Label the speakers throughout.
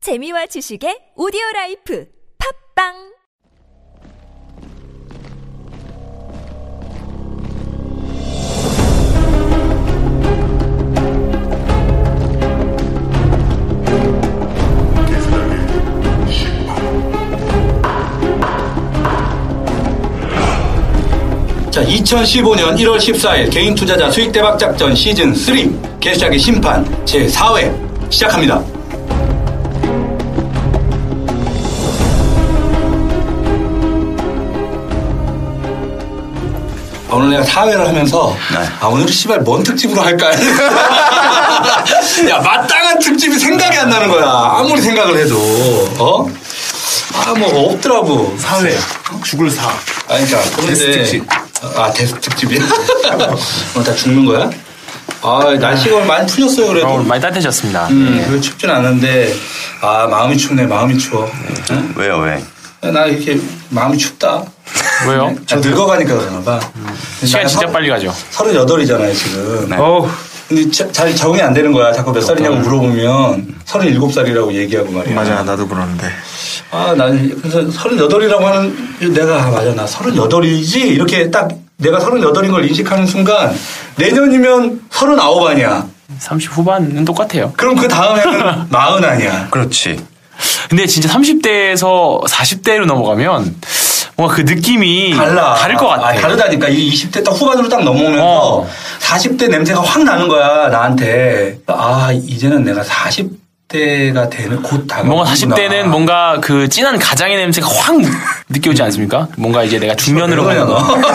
Speaker 1: 재미와 지식의 오디오 라이프 팝빵
Speaker 2: 자, 2015년 1월 14일 개인 투자자 수익 대박 작전 시즌 3 개시작의 심판 제 4회 시작합니다. 아, 오늘 내가 4회를 하면서 아 오늘 씨발 뭔 특집으로 할까? 야 마땅한 특집이 생각이 안 나는 거야. 아무리 생각을 해도 어? 아 뭐 없더라고.
Speaker 3: 사회 죽을 사
Speaker 2: 아, 그러니까 그런데
Speaker 3: 데스 특집.
Speaker 2: 아 데스 특집이야? 그럼 다 죽는 거야? 아 날씨가 오늘 많이 풀렸어요 그래도.
Speaker 4: 아, 오늘 많이 따뜻해졌습니다.
Speaker 2: 음, 별로 춥진 않은데 아 마음이 춥네 마음이 추워. 응?
Speaker 3: 왜요 왜
Speaker 2: 나 이렇게 마음이 춥다.
Speaker 4: 왜요?
Speaker 2: 아, 늙어가니까 그러나 봐.
Speaker 4: 시간
Speaker 2: 네.
Speaker 4: 진짜 빨리 가죠.
Speaker 2: 38이잖아요 지금.
Speaker 3: 네.
Speaker 4: 어우,
Speaker 2: 근데 자- 잘 적응이 안 되는 거야. 자꾸 몇 살이냐고 물어보면 37살이라고 얘기하고 말이야.
Speaker 3: 맞아 나도 그러는데
Speaker 2: 아, 난 그래서 38이라고 하는 내가 아, 맞아. 나 38이지. 이렇게 딱 내가 38인 걸 인식하는 순간 내년이면 39 아니야.
Speaker 4: 30 후반은 똑같아요.
Speaker 2: 그럼 그 다음 해는 40 아니야.
Speaker 3: 그렇지
Speaker 4: 근데 진짜 30대에서 40대로 넘어가면 뭔가 그 느낌이
Speaker 2: 달라.
Speaker 4: 다를 것 같아.
Speaker 2: 아, 다르다니까. 이 20대 딱 후반으로 딱 넘어오면서
Speaker 4: 어.
Speaker 2: 40대 냄새가 확 나는 거야, 나한테. 아, 이제는 내가 40대가 되는 곧 다가오는
Speaker 4: 뭔가 40대는 뭔가 그 진한 가장의 냄새가 확 느껴오지 않습니까? 뭔가 이제 내가 중년으로
Speaker 2: 그러냐,
Speaker 4: 가는
Speaker 2: 너.
Speaker 4: 거.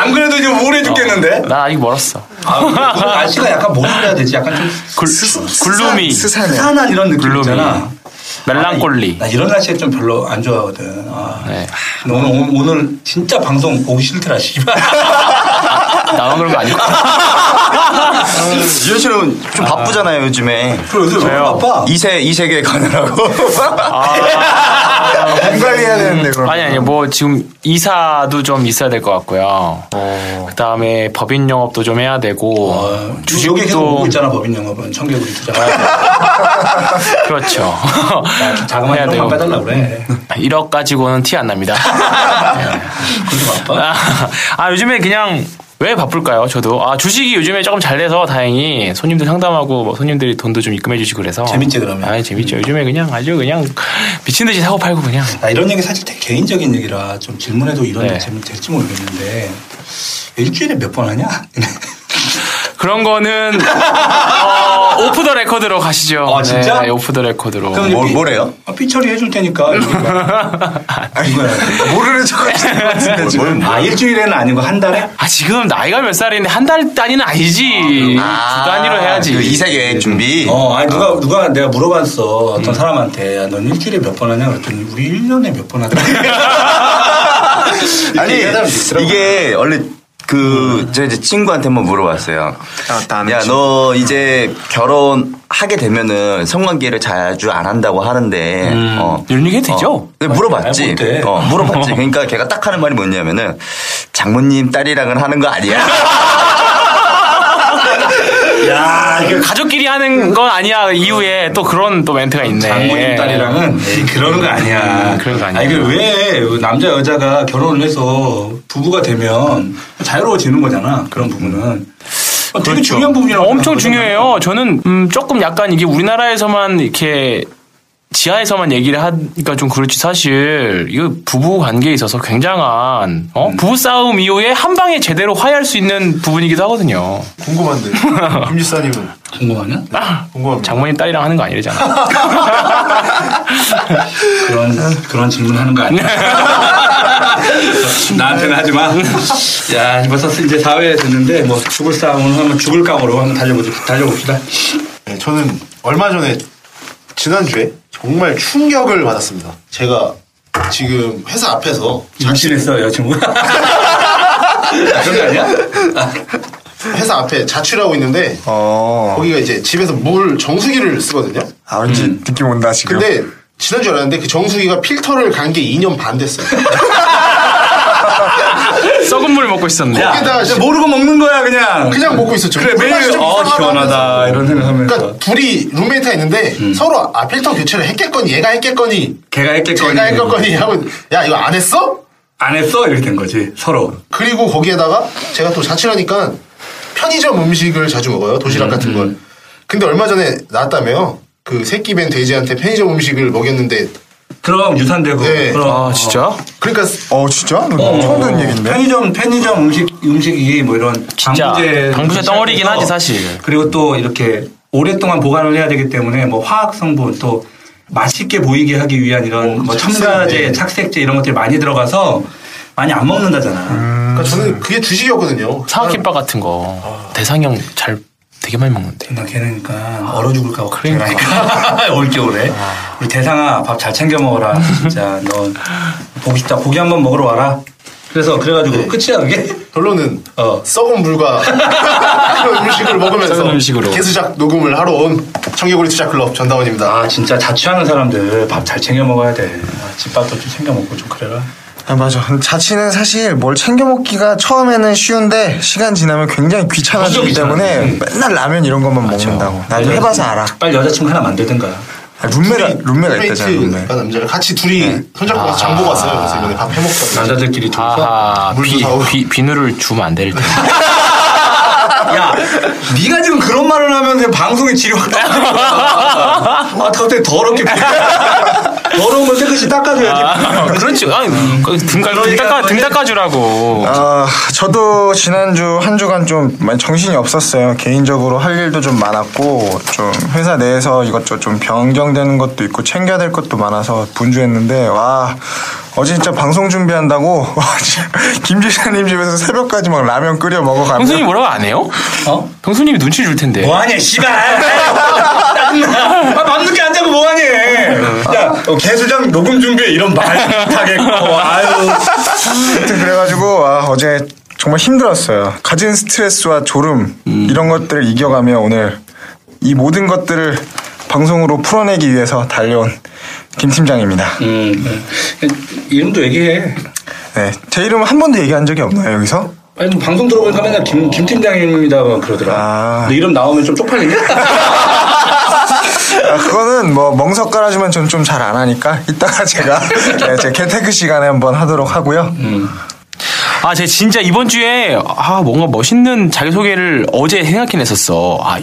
Speaker 2: 안 그래도 이제 우울해 죽겠는데?
Speaker 4: 난 아직 멀었어.
Speaker 2: 아, 오늘 날씨가 약간 뭐라 해야 되지? 약간 좀
Speaker 4: 굴, 굴루미,
Speaker 3: 스산해
Speaker 2: 스산한 이런 느낌
Speaker 4: 글루미.
Speaker 2: 있잖아.
Speaker 4: 멜랑콜리.
Speaker 2: 나 이런 날씨에 좀 별로 안 좋아하거든. 아.
Speaker 4: 네.
Speaker 2: 근데 오늘, 오늘, 오늘 진짜 방송 보기 싫더라, 씨발.
Speaker 4: 나만 그런 거 아니고.
Speaker 3: 아, 유현 씨는 좀 바쁘잖아요 요즘에
Speaker 2: 그래, 요즘 왜
Speaker 4: 저요?
Speaker 2: 바빠?
Speaker 3: 이 세 이세계 가느라고 아, 공부해야 되는데 그럼
Speaker 4: 아니 아니 뭐 지금 이사도 좀 있어야 될 것 같고요. 그다음에 법인 영업도 좀 해야 되고
Speaker 2: 어,
Speaker 4: 주식도-
Speaker 2: 여기 계속 오고 있잖아, 법인 영업은. 청개구리 투자.
Speaker 4: 그렇죠.
Speaker 2: 아, 자그만
Speaker 4: 해야
Speaker 2: 이런 만 빼달라
Speaker 4: 돼요.
Speaker 2: 그래.
Speaker 4: 1억 가지고는 티 안 납니다.
Speaker 2: 그렇게 바빠?
Speaker 4: 아, 아, 요즘에 그냥 왜 바쁠까요? 저도 아 주식이 요즘에 조금 잘 돼서 다행히 손님들 상담하고 뭐 손님들이 돈도 좀 입금해 주시고 그래서
Speaker 2: 재밌지, 그러면?
Speaker 4: 아 재밌죠. 요즘에 그냥 아주 그냥 미친 듯이 사고 팔고 그냥
Speaker 2: 나 이런 얘기 사실 되게 개인적인 얘기라 좀 질문해도 이런
Speaker 4: 네.
Speaker 2: 질문 될지 모르겠는데 일주일에 몇 번 하냐?
Speaker 4: 뭐, 그런 거는 어, 오프 더 레코드로 가시죠.
Speaker 2: 아, 진짜?
Speaker 4: 네, 오프 더 레코드로.
Speaker 2: 그럼
Speaker 3: 뭐-
Speaker 2: 삐-
Speaker 3: 뭐래요?
Speaker 2: 아, 삐처리 해줄 테니까. 이거야.
Speaker 3: 모르는 척하시는 것 같은데 지금
Speaker 2: 아 일주일에는 아니고 한 달에?
Speaker 4: 아 지금 나이가 몇 살인데 한 달 단위는 아니지. 두 단위로 해야지.
Speaker 3: 그 이세 계획 준비
Speaker 2: 어, 아니 누가 누가 내가 물어봤어
Speaker 4: 음.
Speaker 2: 어떤 사람한테 야, 넌 일주일에 몇 번 하냐 그랬더니 우리 1 년에 몇 번 하더라.
Speaker 3: 아니
Speaker 4: 그
Speaker 3: 이게 원래 그, 제 이제 친구한테 한번 물어봤어요. 야, 너 이제 결혼하게 되면은 성관계를 자주 안 한다고 하는데, 어.
Speaker 4: 음, 이런 얘기 해도 되죠?
Speaker 3: 어. 근데 물어봤지.
Speaker 2: 아니, 못해.
Speaker 3: 어, 물어봤지. 그러니까 걔가 딱 하는 말이 뭐냐면은, 장모님 딸이랑은 하는 거 아니야.
Speaker 2: 야 이거
Speaker 4: 가족끼리 하는 건 아니야 이후에 또 그런 또 멘트가 있네. 네.
Speaker 2: 장모님 딸이랑은 에이, 그러는 거 아니야.
Speaker 4: 음, 그런 거 아니야.
Speaker 2: 아니, 그왜 남자 여자가 결혼을 해서 부부가 되면 자유로워지는 거잖아. 그런 부분은. 어, 되게 중요한 부분이라고.
Speaker 4: 그렇죠.
Speaker 2: 생각하거든요.
Speaker 4: 엄청 중요해요. 저는 음, 조금 약간 이게 우리나라에서만 이렇게 지하에서만 얘기를 하니까 좀 그렇지 사실 이거 부부 관계에 있어서 굉장한 어?
Speaker 2: 음.
Speaker 4: 부부 싸움 이후에 한 방에 제대로 화해할 수 있는 부분이기도 하거든요.
Speaker 5: 궁금한데 김지사님은
Speaker 2: 궁금하냐?
Speaker 5: 궁금합니다.
Speaker 4: 장모님 딸이랑 하는 거 아니잖아.
Speaker 2: 그런 그런 질문하는 거 아니야? 나한테는 하지 마. 야 벌써 이제 사회에 됐는데 뭐 죽을 싸움을 한번 죽을 각오로 한번 달려보자, 달려봅시다.
Speaker 5: 네, 저는 얼마 전에 지난주에 정말 충격을 받았습니다. 제가 지금 회사 앞에서
Speaker 2: 임신했어 여자친구. 아, 그런 거 아니야?
Speaker 5: 회사 앞에 자취를 하고 있는데
Speaker 6: 어.
Speaker 5: 거기가 이제 집에서 물 정수기를 쓰거든요.
Speaker 6: 아, 왠지 느낌 온다, 지금.
Speaker 5: 근데 그러니까 지난주 알았는데 그 정수기가 필터를 간 게 2년 반 됐어요.
Speaker 4: 썩은 물 먹고 있었는데.
Speaker 2: 야,
Speaker 5: 거기다가
Speaker 2: 그냥 모르고 먹는 거야 그냥.
Speaker 5: 그냥 먹고 있었죠.
Speaker 2: 그래 매일
Speaker 5: 좀
Speaker 2: 어
Speaker 5: 이상하다
Speaker 2: 시원하다
Speaker 5: 하면서.
Speaker 2: 이런 생각하면서.
Speaker 5: 그러니까 둘이 룸메이트가 있는데 서로 아 필터 교체를 했겠거니 얘가 했겠거니
Speaker 2: 걔가 했겠거니.
Speaker 5: 제가 했겠거니 하고 야 이거 안 했어?
Speaker 2: 안 했어 이렇게 된 거지 서로.
Speaker 5: 그리고 거기에다가 제가 또 자취하니까 편의점 음식을 자주 먹어요. 도시락 같은 걸. 근데 얼마 전에 나왔다며요. 그 새끼 뱀 돼지한테 편의점 음식을 먹였는데
Speaker 2: 들어가면 유산되고.
Speaker 5: 네.
Speaker 2: 그럼.
Speaker 4: 아 진짜?
Speaker 5: 그러니까
Speaker 6: 어 진짜? 나
Speaker 2: 어,
Speaker 6: 처음 듣는 얘기인데.
Speaker 2: 편의점 편의점 음식 음식이 뭐 이런
Speaker 4: 진짜
Speaker 2: 방부제
Speaker 4: 방부제 덩어리긴
Speaker 2: 시작해서
Speaker 4: 하지, 사실.
Speaker 2: 그리고 또 이렇게 오랫동안 보관을 해야 되기 때문에 뭐 화학 성분 또 맛있게 보이게 하기 위한 이런 뭐
Speaker 5: 착색,
Speaker 2: 첨가제,
Speaker 5: 네.
Speaker 2: 착색제 이런 것들이 많이 들어가서 많이 안 먹는다잖아.
Speaker 4: 음.
Speaker 5: 그러니까 저는 그게 주식이었거든요.
Speaker 4: 사각김밥 같은 거 대상형 잘 되게 많이 먹는데.
Speaker 2: 나 걔네니까 얼어 죽을까 봐
Speaker 4: 그러니까.
Speaker 2: 걱정하니까 올겨울에 우리 대상아 밥 잘 챙겨 먹어라 진짜 너 보고 싶다 고기 한번 먹으러 와라 그래서 그래가지고
Speaker 4: 네.
Speaker 2: 끝이야 그게
Speaker 5: 결론은
Speaker 2: 어.
Speaker 5: 썩은 물과 그런 음식을 먹으면서
Speaker 4: 썩은 음식으로.
Speaker 5: 개수작 녹음을 하러 온 청개구리 투자 클럽 전다원입니다.
Speaker 2: 아 진짜 자취하는 사람들 밥 잘 챙겨 먹어야 돼. 아, 집밥도 좀 챙겨 먹고 좀 그래라.
Speaker 6: 아 맞아. 자취는 사실 뭘 챙겨 먹기가 처음에는 쉬운데 시간 지나면 굉장히 귀찮아지기
Speaker 2: 완전 귀찮아.
Speaker 6: 때문에
Speaker 2: 응.
Speaker 6: 맨날 라면 이런 것만 먹는다고. 나도 해봐서 알아.
Speaker 2: 빨리 여자친구 하나 만들든가.
Speaker 6: 아, 룸메가 룸메가 있다잖아. 룸메.
Speaker 5: 룸메이트가 남자를 같이 둘이 손잡고 가서 장보고 왔어요. 그래서 이번에 밥 해먹거든요.
Speaker 2: 남자들끼리 둘.
Speaker 4: 아하
Speaker 5: 물도
Speaker 4: 비,
Speaker 5: 사오고.
Speaker 4: 비 비누를 주면 안 될 텐데.
Speaker 2: 야, 네가 지금 그런 말을 하면 방송에 지루가 아, 갑자기 더럽게. 비- 더러운 걸 깨끗이 닦아줘야지.
Speaker 4: 그렇지. 아니 그 등가 등
Speaker 2: 그러니까
Speaker 4: 닦아
Speaker 2: 뭐
Speaker 4: 등
Speaker 2: 이제-
Speaker 4: 닦아주라고.
Speaker 6: 아, 저도 지난주 한 주간 좀 많이 정신이 없었어요. 개인적으로 할 일도 좀 많았고, 좀 회사 내에서 이것저것 좀 변경되는 것도 있고, 챙겨야 될 것도 많아서 분주했는데, 와, 어제 진짜 방송 준비한다고, 김지사님 집에서 새벽까지 막 라면 끓여
Speaker 4: 형수님
Speaker 6: 먹어가면서.
Speaker 4: 뭐라고 안 해요?
Speaker 2: 어?
Speaker 4: 형수님이 눈치 줄 텐데.
Speaker 2: 뭐하냐, 씨발. 짜증나. 아, 밤늦게 안 자고 뭐하니?
Speaker 6: 음.
Speaker 2: 야, 어, 개수장 녹음 준비에 이런 말 못하겠고, 아유.
Speaker 6: 아무튼 그래가지고, 와, 어제 정말 힘들었어요. 가진 스트레스와 졸음, 이런 것들을 이겨가며 오늘 이 모든 것들을 방송으로 풀어내기 위해서 달려온 김 팀장입니다.
Speaker 2: 음, 이름도 얘기해.
Speaker 6: 네, 제 이름 한 번도 얘기한 적이 없나요 여기서?
Speaker 2: 아니 뭐 방송 들어보니까 맨날 김, 김 팀장입니다 막 그러더라.
Speaker 6: 아.
Speaker 2: 근데 이름 나오면 좀 쪽팔리냐?
Speaker 6: 아, 그거는 뭐 멍석 깔아주면 전 좀 잘 안 하니까 이따가 제가 네, 제 개테크 시간에 한번 하도록 하고요.
Speaker 4: 음. 아, 제가 진짜 이번 주에 아 뭔가 멋있는 자기소개를 어제 생각해냈었어. 아,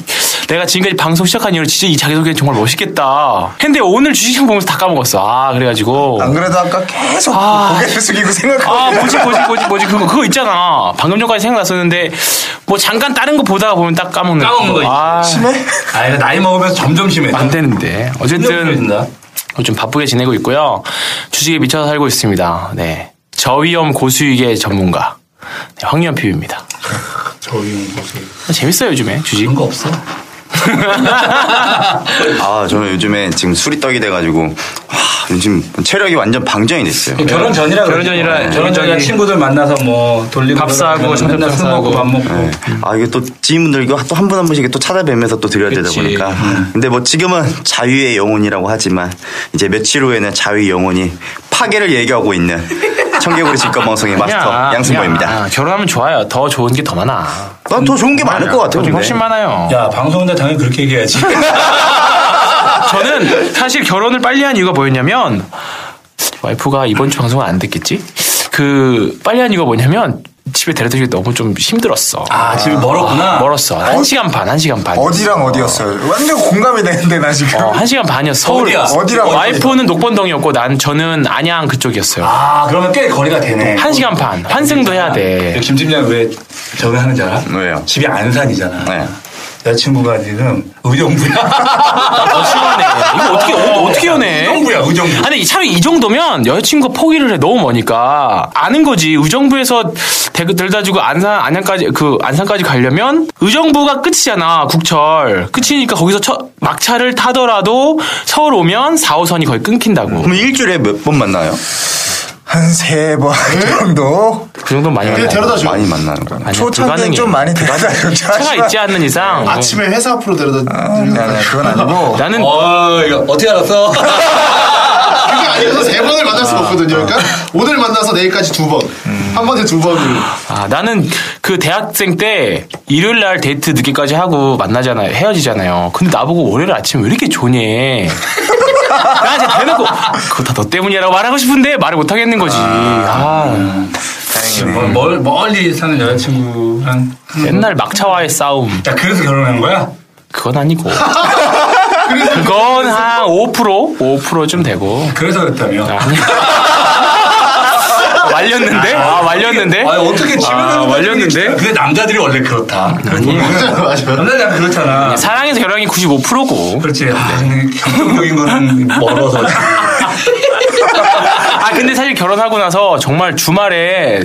Speaker 4: 내가 지금까지 방송 시작한 이후로 진짜 이 자기소개 정말 멋있겠다. 근데 오늘 주식형 보면서 다 까먹었어. 아 그래가지고.
Speaker 6: 안 그래도 아까 계속
Speaker 4: 아.
Speaker 6: 고개를 숙이고
Speaker 4: 아,
Speaker 6: 생각하고
Speaker 4: 뭐지, 뭐지, 뭐지, 뭐지. 그거, 그거 있잖아. 방금 전까지 생각났었는데, 뭐, 잠깐 다른 거 보다가 보면 딱 까먹는
Speaker 2: 까먹는 거 있지.
Speaker 4: 아,
Speaker 6: 심해?
Speaker 2: 아, 이거 나이 먹으면서 점점 심해.
Speaker 4: 안 되는데. 어쨌든,
Speaker 2: 된다.
Speaker 4: 좀 바쁘게 지내고 있고요. 주식에 미쳐 살고 있습니다. 네. 저위험 고수익의 전문가. 네, 황희연 PB입니다. 아,
Speaker 2: 저희 무슨
Speaker 4: 재밌어요, 요즘에. 주식.
Speaker 2: 이런 거 없어?
Speaker 3: 아, 저는 요즘에 지금 술이 떡이 돼가지고, 와, 요즘 체력이 완전 방전이 됐어요.
Speaker 2: 결혼 전이라
Speaker 4: 결혼
Speaker 2: 그러지.
Speaker 4: 전이라
Speaker 2: 결혼 전이라
Speaker 4: 저기-
Speaker 2: 친구들 만나서 뭐 돌리고
Speaker 4: 밥 싸고
Speaker 2: 그러면 맨날
Speaker 4: 점심
Speaker 2: 술 먹고
Speaker 4: 싸고.
Speaker 2: 밥 먹고
Speaker 3: 네. 아, 이게 또 지인분들 이거 또 한 분 한 분씩 이렇게 또 찾아뵈면서 또 드려야 되다
Speaker 4: 그치. 음.
Speaker 3: 보니까. 근데 뭐 지금은 자유의 영혼이라고 하지만, 이제 며칠 후에는 자유의 영혼이 파괴를 예고하고 있는 청개구리 직관방송의 마스터
Speaker 4: 아니야,
Speaker 3: 양승모입니다.
Speaker 4: 아니야. 결혼하면 좋아요. 더 좋은 게 더 많아.
Speaker 3: 난 더 좋은 게 많을 것 같아요.
Speaker 4: 더 좋은 게
Speaker 3: 근데.
Speaker 4: 훨씬 많아요.
Speaker 2: 야 방송인데 당연히 그렇게 얘기해야지.
Speaker 4: 저는 사실 결혼을 빨리 한 이유가 뭐였냐면 와이프가 이번 주 방송을 안 듣겠지? 그 빨리 한 이유가 뭐냐면 집에 데려다 주기 너무 좀 힘들었어.
Speaker 2: 아 집이 멀었구나.
Speaker 4: 멀었어. 한 시간 반, 한 시간 반.
Speaker 6: 어디랑 어디였어요? 완전 공감이 되는데 나 지금.
Speaker 4: 어, 한 시간 반이었어. 서울.
Speaker 2: 어디야?
Speaker 6: 어디라고
Speaker 4: 와이프는 녹번동이었고 난 저는 안양 그쪽이었어요.
Speaker 2: 아 그러면 꽤 거리가 되네.
Speaker 4: 한 시간 반. 환승도 해야 돼.
Speaker 2: 김 팀장 왜 저거 하는지 알아?
Speaker 3: 왜요?
Speaker 2: 집이 안산이잖아.
Speaker 3: 네.
Speaker 2: 여자친구가 지금 의정부야.
Speaker 4: 그러니까 더 심하네. 이거 어떻게 어, 어떻게 연애?
Speaker 2: 의정부야 의정부.
Speaker 4: 아니 차라리 이 정도면 여자친구 포기를 해 너무 머니까 아는 거지 의정부에서 대그 들다주고 안산 안양까지 그 안산까지 가려면 의정부가 끝이잖아 국철 끝이니까 거기서 처- 막차를 타더라도 서울 오면 4호선이 거의 끊긴다고
Speaker 6: 음.
Speaker 3: 그럼 일주일에 몇 번 만나요?
Speaker 6: 한 세 번 정도.
Speaker 4: 그 정도는 많이
Speaker 5: 그냥
Speaker 4: 만나요.
Speaker 5: 데려다 줘요.
Speaker 3: 많이 만나는 거야.
Speaker 4: 아니야,
Speaker 6: 초창기엔
Speaker 4: 불가능해.
Speaker 6: 좀 많이 되다. 네,
Speaker 4: 차가 있지 않는 이상 뭐.
Speaker 5: 아침에 회사 앞으로
Speaker 6: 아.
Speaker 5: 데려다
Speaker 6: 그건 아니고.
Speaker 4: 나는
Speaker 2: 어 이거 어떻게 알았어?
Speaker 5: 그게 그래서 세 번을 만날 수가 없거든요. 그러니까 오늘 만나서 내일까지 두 번. 한 번에 두 번을.
Speaker 4: 아, 나는 그 대학생 때 일요일 날 데이트 늦게까지 하고 만나잖아요. 헤어지잖아요. 근데 나보고 월요일 아침에 왜 이렇게 조니? 나한테 대놓고 그거 다 너 때문이라고 말하고 싶은데 말을 못 하겠는 거지. 아,
Speaker 2: 어, 멀, 멀- 멀리 사는 여자친구랑
Speaker 4: 맨날 막차와의 싸움.
Speaker 2: 야 그래서 결혼한 거야?
Speaker 4: 그건 아니고. 그건 한 5%? 5%좀 되고.
Speaker 2: 그래서 그랬다며
Speaker 4: 아니. 말렸는데? 아, 말렸는데?
Speaker 2: 아 어떻게
Speaker 4: 아,
Speaker 2: 지금
Speaker 4: 말렸는데?
Speaker 2: 그게 남자들이 원래 그렇다
Speaker 5: 맞아요, 맞아요.
Speaker 2: 남자들이 약간 그렇잖아
Speaker 4: 사랑에서 결혼이 95%고.
Speaker 2: 그렇지 아, 근데 경쟁적인 거는 멀어서
Speaker 4: 아 근데 사실 결혼하고 나서 정말 주말에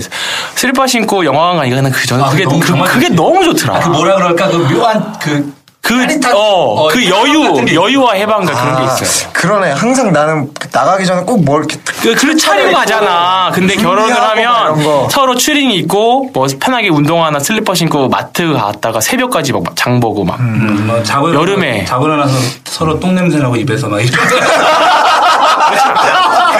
Speaker 4: 슬리퍼 신고 영화관 가니까 나는 그 전에
Speaker 2: 아,
Speaker 4: 그게
Speaker 2: 너무
Speaker 4: 그,
Speaker 2: 정말
Speaker 4: 그게
Speaker 2: 좋지.
Speaker 4: 너무
Speaker 2: 그
Speaker 4: 좋더라.
Speaker 2: 뭐라 그럴까 그 묘한 그 짜릿한-
Speaker 4: 그어그
Speaker 2: 어,
Speaker 4: 여유
Speaker 2: 같은 게
Speaker 4: 여유와 해방감 그런 게
Speaker 6: 아,
Speaker 4: 있어요.
Speaker 6: 그러네. 항상 나는 나가기 전에 꼭 뭘 이렇게 탁-
Speaker 4: 그, 그 차림 가잖아. 근데 결혼을
Speaker 6: 준비하고 막 이런
Speaker 4: 하면
Speaker 6: 거.
Speaker 4: 서로 추링이 있고 뭐 편하게 운동화나 슬리퍼 신고 마트 갔다가 새벽까지 막 장 보고 막.
Speaker 2: 음, 뭐 자고
Speaker 4: 여름에.
Speaker 2: 자고 일어나서 서로 똥 냄새 나고 입에서 막 이런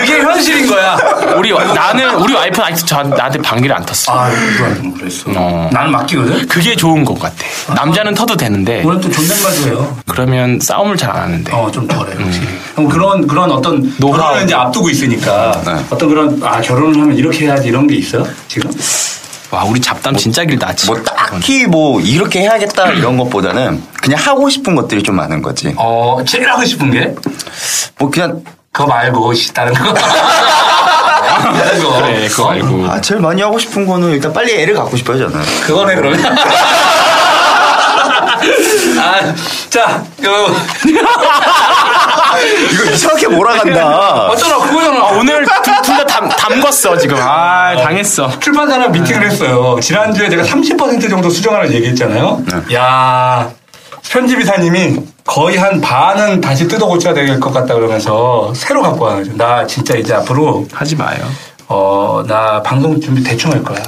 Speaker 2: 그게 현실인 거야
Speaker 4: 우리 와- 나는 우리 와이프는 아직 저, 나한테 방귀를 안 텄어.
Speaker 2: 아 이거 안 그랬어
Speaker 4: 어.
Speaker 2: 나는 맡기거든
Speaker 4: 그게 좋은 것 같아. 남자는 터도 되는데
Speaker 2: 오늘 또 존댓말도 해요
Speaker 4: 그러면 싸움을 잘 안 하는데.
Speaker 2: 음. 어좀 덜해요 확실히 그럼 그런 그런 어떤
Speaker 4: 노하우.
Speaker 2: 결혼을 이제 앞두고 있으니까 어떤 그런 아 결혼을 하면 이렇게 해야지 이런 게 있어요 지금
Speaker 4: 와 우리 잡담 진짜 길다.
Speaker 3: 뭐 딱히 뭐 이렇게 해야겠다 이런 것보다는 그냥 하고 싶은 것들이 좀 많은 거지.
Speaker 2: 어 제일 하고 싶은 게
Speaker 3: 뭐 그냥
Speaker 2: 그거 말고 씨, 다른 거 다른 거 어,
Speaker 4: 그래 그거 알고.
Speaker 3: 아 제일 많이 하고 싶은 거는 일단 빨리 애를 갖고 싶어요 저는.
Speaker 2: 그거네 그러면. 아, 자,
Speaker 3: 이거 이상하게 몰아간다.
Speaker 2: 어쩌나 그거잖아. 아,
Speaker 4: 오늘 둘다 담궜어 지금. 아 당했어.
Speaker 2: 출판사랑 미팅을 했어요. 지난주에 제가 30% 정도 수정하는 얘기했잖아요. 야 편집이사님이 거의 한 반은 다시 뜯어 고쳐야 될 것 같다 그러면서 새로 갖고 와요. 나 진짜 이제 앞으로
Speaker 4: 하지 마요.
Speaker 2: 어 나 방송 준비 대충 할 거야.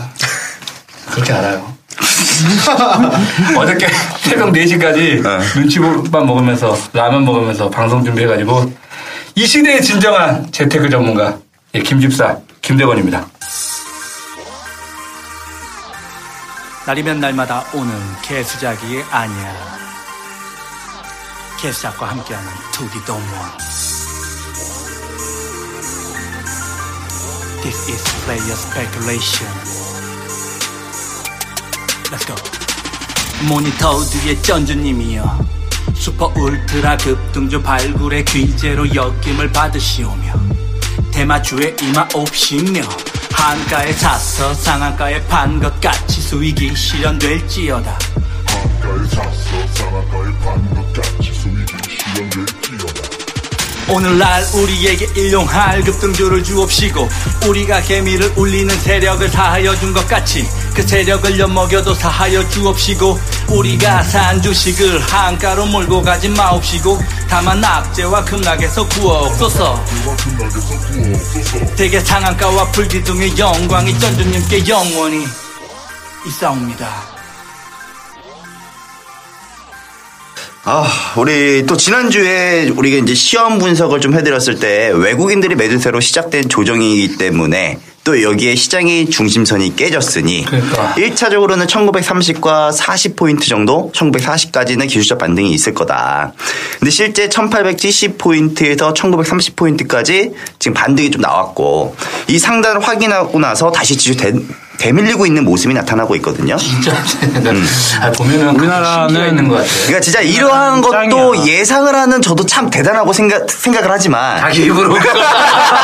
Speaker 2: 그렇게 알아요. 어저께 새벽 4시까지 눈치만 먹으면서 라면 먹으면서 방송 준비해가지고 이 시대의 진정한 재테크 전문가 예, 김집사 김대건입니다.
Speaker 7: 날이면 날마다 오는 개수작이 아니야. 개수작과 함께하는 투기 동무원. This is player speculation. Let's go. 모니터 뒤에 전주님이여. 슈퍼 울트라 급등주 발굴의 귀재로 역임을 받으시오며 대마주의 이마 옵시며 한가에 사서 상한가에 판 것 같이 수익이 실현될지어다 오늘날 우리에게 일용할 급등주를 주옵시고 우리가 개미를 울리는 세력을 사하여 준 것 같이 그 세력을 엿먹여도 사하여 주옵시고 우리가 산 주식을 한가로 몰고 가지 마옵시고 다만 낙제와 급락에서 구하옵소서 대개 상한가와 불기둥의 영광이 전주님께 영원히 있사옵니다
Speaker 3: 아, 우리 또 지난주에 우리가 이제 시험 분석을 좀 해드렸을 때 외국인들이 매도세로 시작된 조정이기 때문에 또 여기에 시장의 중심선이 깨졌으니
Speaker 2: 그러니까.
Speaker 3: 1차적으로는 1930과 40포인트 정도 1940까지는 기술적 반등이 있을 거다. 근데 실제 1870포인트에서 1930포인트까지 지금 반등이 좀 나왔고 이 상단을 확인하고 나서 다시 지수 대, 대밀리고 있는 모습이 나타나고 있거든요.
Speaker 2: 진짜 아, 보면은
Speaker 4: 우리나라는
Speaker 2: 신기가 있는 것 같아.
Speaker 3: 그러니까 진짜 이러한 것도
Speaker 4: 짱이야.
Speaker 3: 예상을 하는 저도 참 대단하고 생각, 생각을 하지만
Speaker 2: 자기 입으로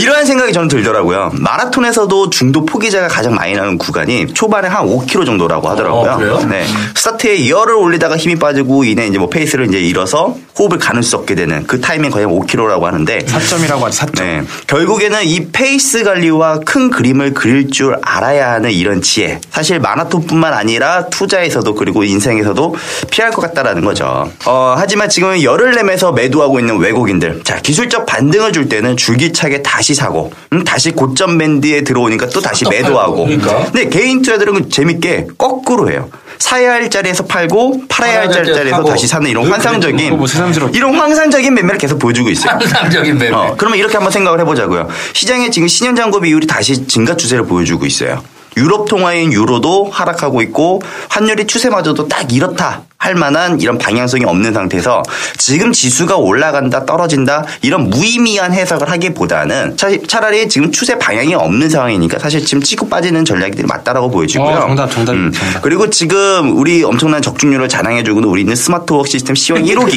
Speaker 3: 이러한 생각이 저는 들더라고요. 마라톤에서도 중도 포기자가 가장 많이 나는 구간이 초반에 한 5km 정도라고 하더라고요.
Speaker 2: 어, 그래요?
Speaker 3: 네. 스타트에 열을 올리다가 힘이 빠지고 이내 이제 뭐 페이스를 이제 잃어서 호흡을 가눌 수 없게 되는 그 타이밍 거의 5km라고 하는데 그렇죠.
Speaker 4: 사점이라고 하지 사점.
Speaker 3: 네. 결국에는 이 페이스 관리와 큰 그림을 그릴 줄 알아야 하는 이런 지혜. 사실 마라톤뿐만 아니라 투자에서도 그리고 인생에서도 필요할 것 같다라는 거죠. 어, 하지만 지금 열을 내면서 매도하고 있는 외국인들. 자, 기술적 반등을 줄 때는 줄기차게 다시 사고, 음, 다시 고점 밴드에 들어오니까 또 다시 매도하고.
Speaker 8: 그러니까.
Speaker 3: 근데 개인 투자들은 재밌게 거꾸로 해요. 사야 할 자리에서 팔고 팔아야 할 자리에서 다시 사는 이런 환상적인
Speaker 4: 뭐 새삼스럽다.
Speaker 3: 이런 환상적인 매매를 계속 보여주고 있어요.
Speaker 2: 상상적인
Speaker 4: 네.
Speaker 2: 매매.
Speaker 3: 어, 그러면 이렇게 한번 생각을 해보자고요. 시장에 지금 신현 잔고 비율이 다시 증가 추세를 보여주고 있어요. 유럽 통화인 유로도 하락하고 있고 환율이 추세마저도 딱 이렇다 할 만한 이런 방향성이 없는 상태에서 지금 지수가 올라간다 떨어진다 이런 무의미한 해석을 하기보다는 차- 차라리 지금 추세 방향이 없는 상황이니까 사실 지금 치고 빠지는 전략들이 맞다라고 보여지고요.
Speaker 4: 어, 정답, 정답,
Speaker 3: 음.
Speaker 4: 정답.
Speaker 3: 그리고 지금 우리 엄청난 적중률을 자랑해주고 있는 우리 있는 스마트워크 시스템 시황 1호기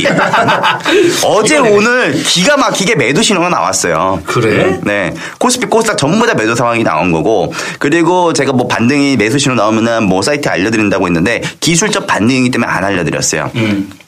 Speaker 3: 어제 오늘 기가 막히게 매도 신호가 나왔어요.
Speaker 2: 그래?
Speaker 3: 네. 코스피 코스닥 전부 다 매도 상황이 나온 거고 그리고 제가 뭐 반등이 매수 신호 나오면은 뭐 사이트 에 알려드린다고 했는데 기술적 반등이기 때문에 안 알려드렸어요.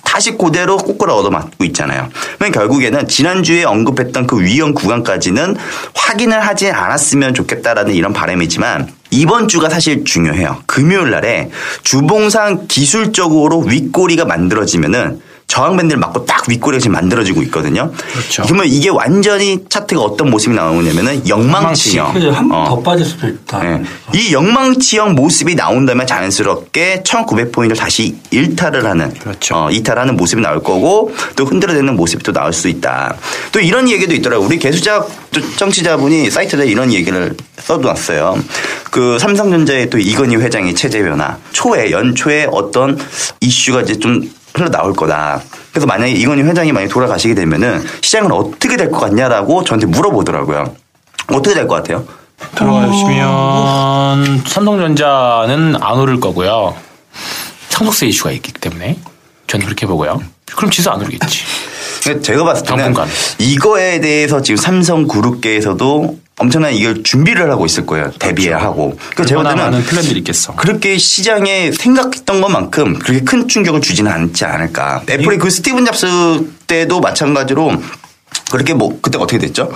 Speaker 3: 다시 그대로 꼬꾸라 얻어맞고 있잖아요. 그러니까 결국에는 지난주에 언급했던 그 위험 구간까지는 확인을 하지 않았으면 좋겠다라는 이런 바람이지만 이번 주가 사실 중요해요. 금요일 날에 주봉상 기술적으로 윗꼬리가 만들어지면은 저항밴드를 맞고 딱 윗꼬리가 지금 만들어지고 있거든요.
Speaker 4: 그렇죠.
Speaker 3: 러면 이게 완전히 차트가 어떤 모습이 나오냐면은
Speaker 4: 엉망치형.
Speaker 3: 영망치형.
Speaker 8: 그죠. 한번
Speaker 3: 어.
Speaker 8: 더 빠질 수도 있다.
Speaker 3: 예. 이 영망치형 모습이 나온다면 자연스럽게 1900포인트를 다시 일탈을 하는
Speaker 4: 그렇죠.
Speaker 3: 어, 이탈하는 모습이 나올 거고 또 흔들어대는 모습이 또 나올 수 있다. 또 이런 얘기도 있더라고요. 우리 개수작 정치자분이 사이트에 이런 얘기를 써놨어요. 그 삼성전자의 또 이건희 회장의 체제 변화 초에 연초에 어떤 이슈가 이제 좀 흘러 나올 거다. 그래서 만약에 이건희 회장이 만약 에 돌아가시게 되면은 시장은 어떻게 될 것 같냐라고 저한테 물어보더라고요. 어떻게 될 것 같아요?
Speaker 4: 들어가시면 삼성전자는 안 오를 거고요. 상속세 이슈가 있기 때문에 전 그렇게 보고요. 그럼 지수 안 오르겠지.
Speaker 3: 근데 제가 봤을 때는
Speaker 4: 당분간.
Speaker 3: 이거에 대해서 지금 삼성 그룹계에서도 엄청난 이걸 준비를 하고 있을 거예요.
Speaker 4: 그렇죠.
Speaker 3: 대비해야 하고. 그러니까 제가
Speaker 4: 얼마나
Speaker 3: 볼
Speaker 4: 많은
Speaker 3: 때는
Speaker 4: 플랜들이 있겠어.
Speaker 3: 그렇게 시장에 생각했던 것만큼 그렇게 큰 충격을 주지는 않지 않을까. 애플의 그 스티븐 잡스 때도 마찬가지로 그렇게 뭐 그때 어떻게 됐죠?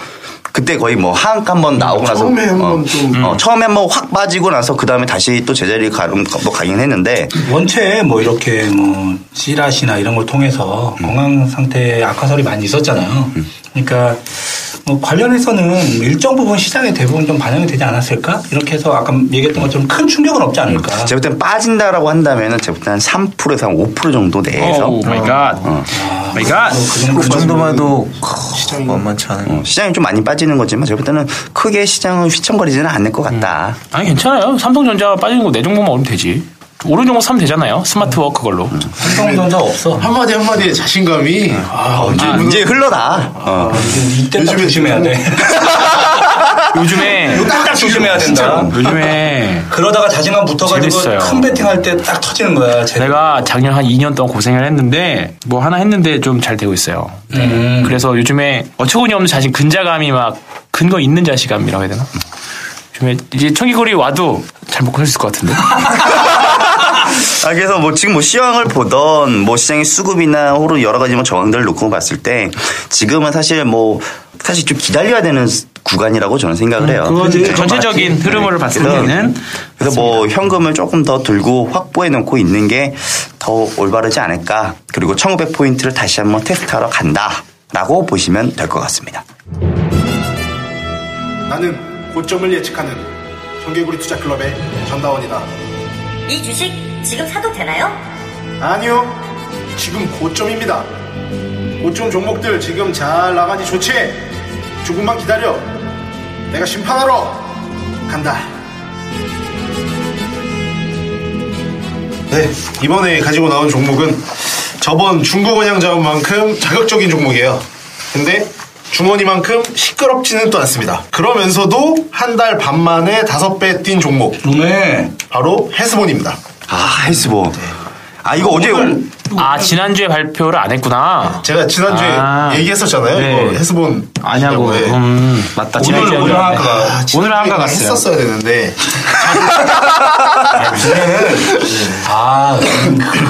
Speaker 3: 그때 거의 뭐 하한가 한번 나오고 나서
Speaker 5: 처음에 한번
Speaker 3: 어,
Speaker 5: 좀-
Speaker 3: 어, 처음에 한번 확 빠지고 나서 그 다음에 다시 또 제자리 가는 뭐 가긴 했는데
Speaker 8: 원체 뭐 이렇게 뭐 씨앗이나 이런 걸 통해서 건강 상태의 악화설이 많이 있었잖아요. 그러니까 뭐 관련해서는 일정 부분 시장에 대부분 좀 반영이 되지 않았을까? 이렇게 해서 아까 얘기했던 것처럼 큰 충격은 없지 않을까?
Speaker 3: 음. 제가 볼 땐 빠진다라고 한다면은 제가 볼때한 3%에서 한 5% 정도 내에서
Speaker 4: 어, 오 마이 갓.
Speaker 3: 어,
Speaker 4: 마이 갓.
Speaker 6: 그 정도만 해도
Speaker 4: 음.
Speaker 6: 크, 만만치 않은 거.
Speaker 3: 어, 시장이 좀 많이 빠지는 거지만 제가 볼 때는 크게 시장은 휘청거리지는 않을 것 같다.
Speaker 4: 아니 괜찮아요. 삼성전자 빠지는 거 내 정보만 오르면 되지. 오른 정보 사면 되잖아요. 스마트워크 걸로.
Speaker 8: 삼성전자 없어.
Speaker 5: 한마디 한마디에 자신감이 아, 언제
Speaker 4: 음.
Speaker 3: 아, 이제 흘러나. 어.
Speaker 8: 이때 딱
Speaker 5: 요즘에
Speaker 8: 조심해야 돼.
Speaker 4: 요즘에
Speaker 8: 딱 조심해야 된다.
Speaker 4: 요즘에
Speaker 8: 그러다가 자신감 붙어가지고
Speaker 4: 재밌어요.
Speaker 8: 큰 베팅할 때 딱 터지는 거야. 제
Speaker 4: 내가 작년 한 2년 동안 고생을 했는데 뭐 하나 했는데 좀 잘 되고 있어요. 네.
Speaker 8: 음.
Speaker 4: 그래서 요즘에 어처구니 없는 자신 근자감이 막 근거 있는 자신감이라고 해야 되나? 요즘에 이제 청기골이 와도 잘 먹고 살 수 있을 것 같은데.
Speaker 3: 아, 그래서 뭐 지금 뭐 시황을 보던 뭐 시장의 수급이나 호로 여러 가지 뭐 저항들을 놓고 봤을 때 지금은 사실 뭐 사실 좀 기다려야 되는 구간이라고 저는 생각을 해요.
Speaker 4: 음, 그건
Speaker 3: 네.
Speaker 4: 전체적인 흐름을 봤을
Speaker 3: 그래서-
Speaker 4: 때는
Speaker 3: 그래서 뭐 현금을 조금 더 들고 확보해 놓고 있는 게 더 올바르지 않을까. 그리고 1900포인트를 다시 한번 테스트하러 간다. 라고 보시면 될 것 같습니다.
Speaker 5: 나는 고점을 예측하는 전개구리 투자 클럽의 전다원이다.
Speaker 9: 이 주식 지금 사도 되나요?
Speaker 5: 아니요, 지금 고점입니다. 고점 종목들 지금 잘 나가니 좋지? 조금만 기다려. 내가 심판하러 간다. 네, 이번에 가지고 나온 종목은 저번 중국 원양자원만큼 자극적인 종목이에요. 근데 주머니만큼 시끄럽지는 또 않습니다. 그러면서도 한 달 반 만에 다섯 배 뛴 종목,
Speaker 8: 룸에
Speaker 5: 바로 헤스본입니다.
Speaker 3: 아, 헬스보. 아 이거 어제
Speaker 5: 오늘
Speaker 4: 아 지난주에 발표를 안 했구나.
Speaker 5: 제가 지난주에
Speaker 4: 아.
Speaker 5: 얘기했었잖아요.
Speaker 4: 네.
Speaker 5: 이거 해스본
Speaker 4: 아냐고.
Speaker 5: 예.
Speaker 4: 음, 맞다.
Speaker 5: 오늘
Speaker 4: 지난주에
Speaker 5: 오늘
Speaker 4: 발표 안 했네.
Speaker 5: 한가
Speaker 4: 오늘 한가 갔어요.
Speaker 5: 했었어야 되는데
Speaker 8: 아,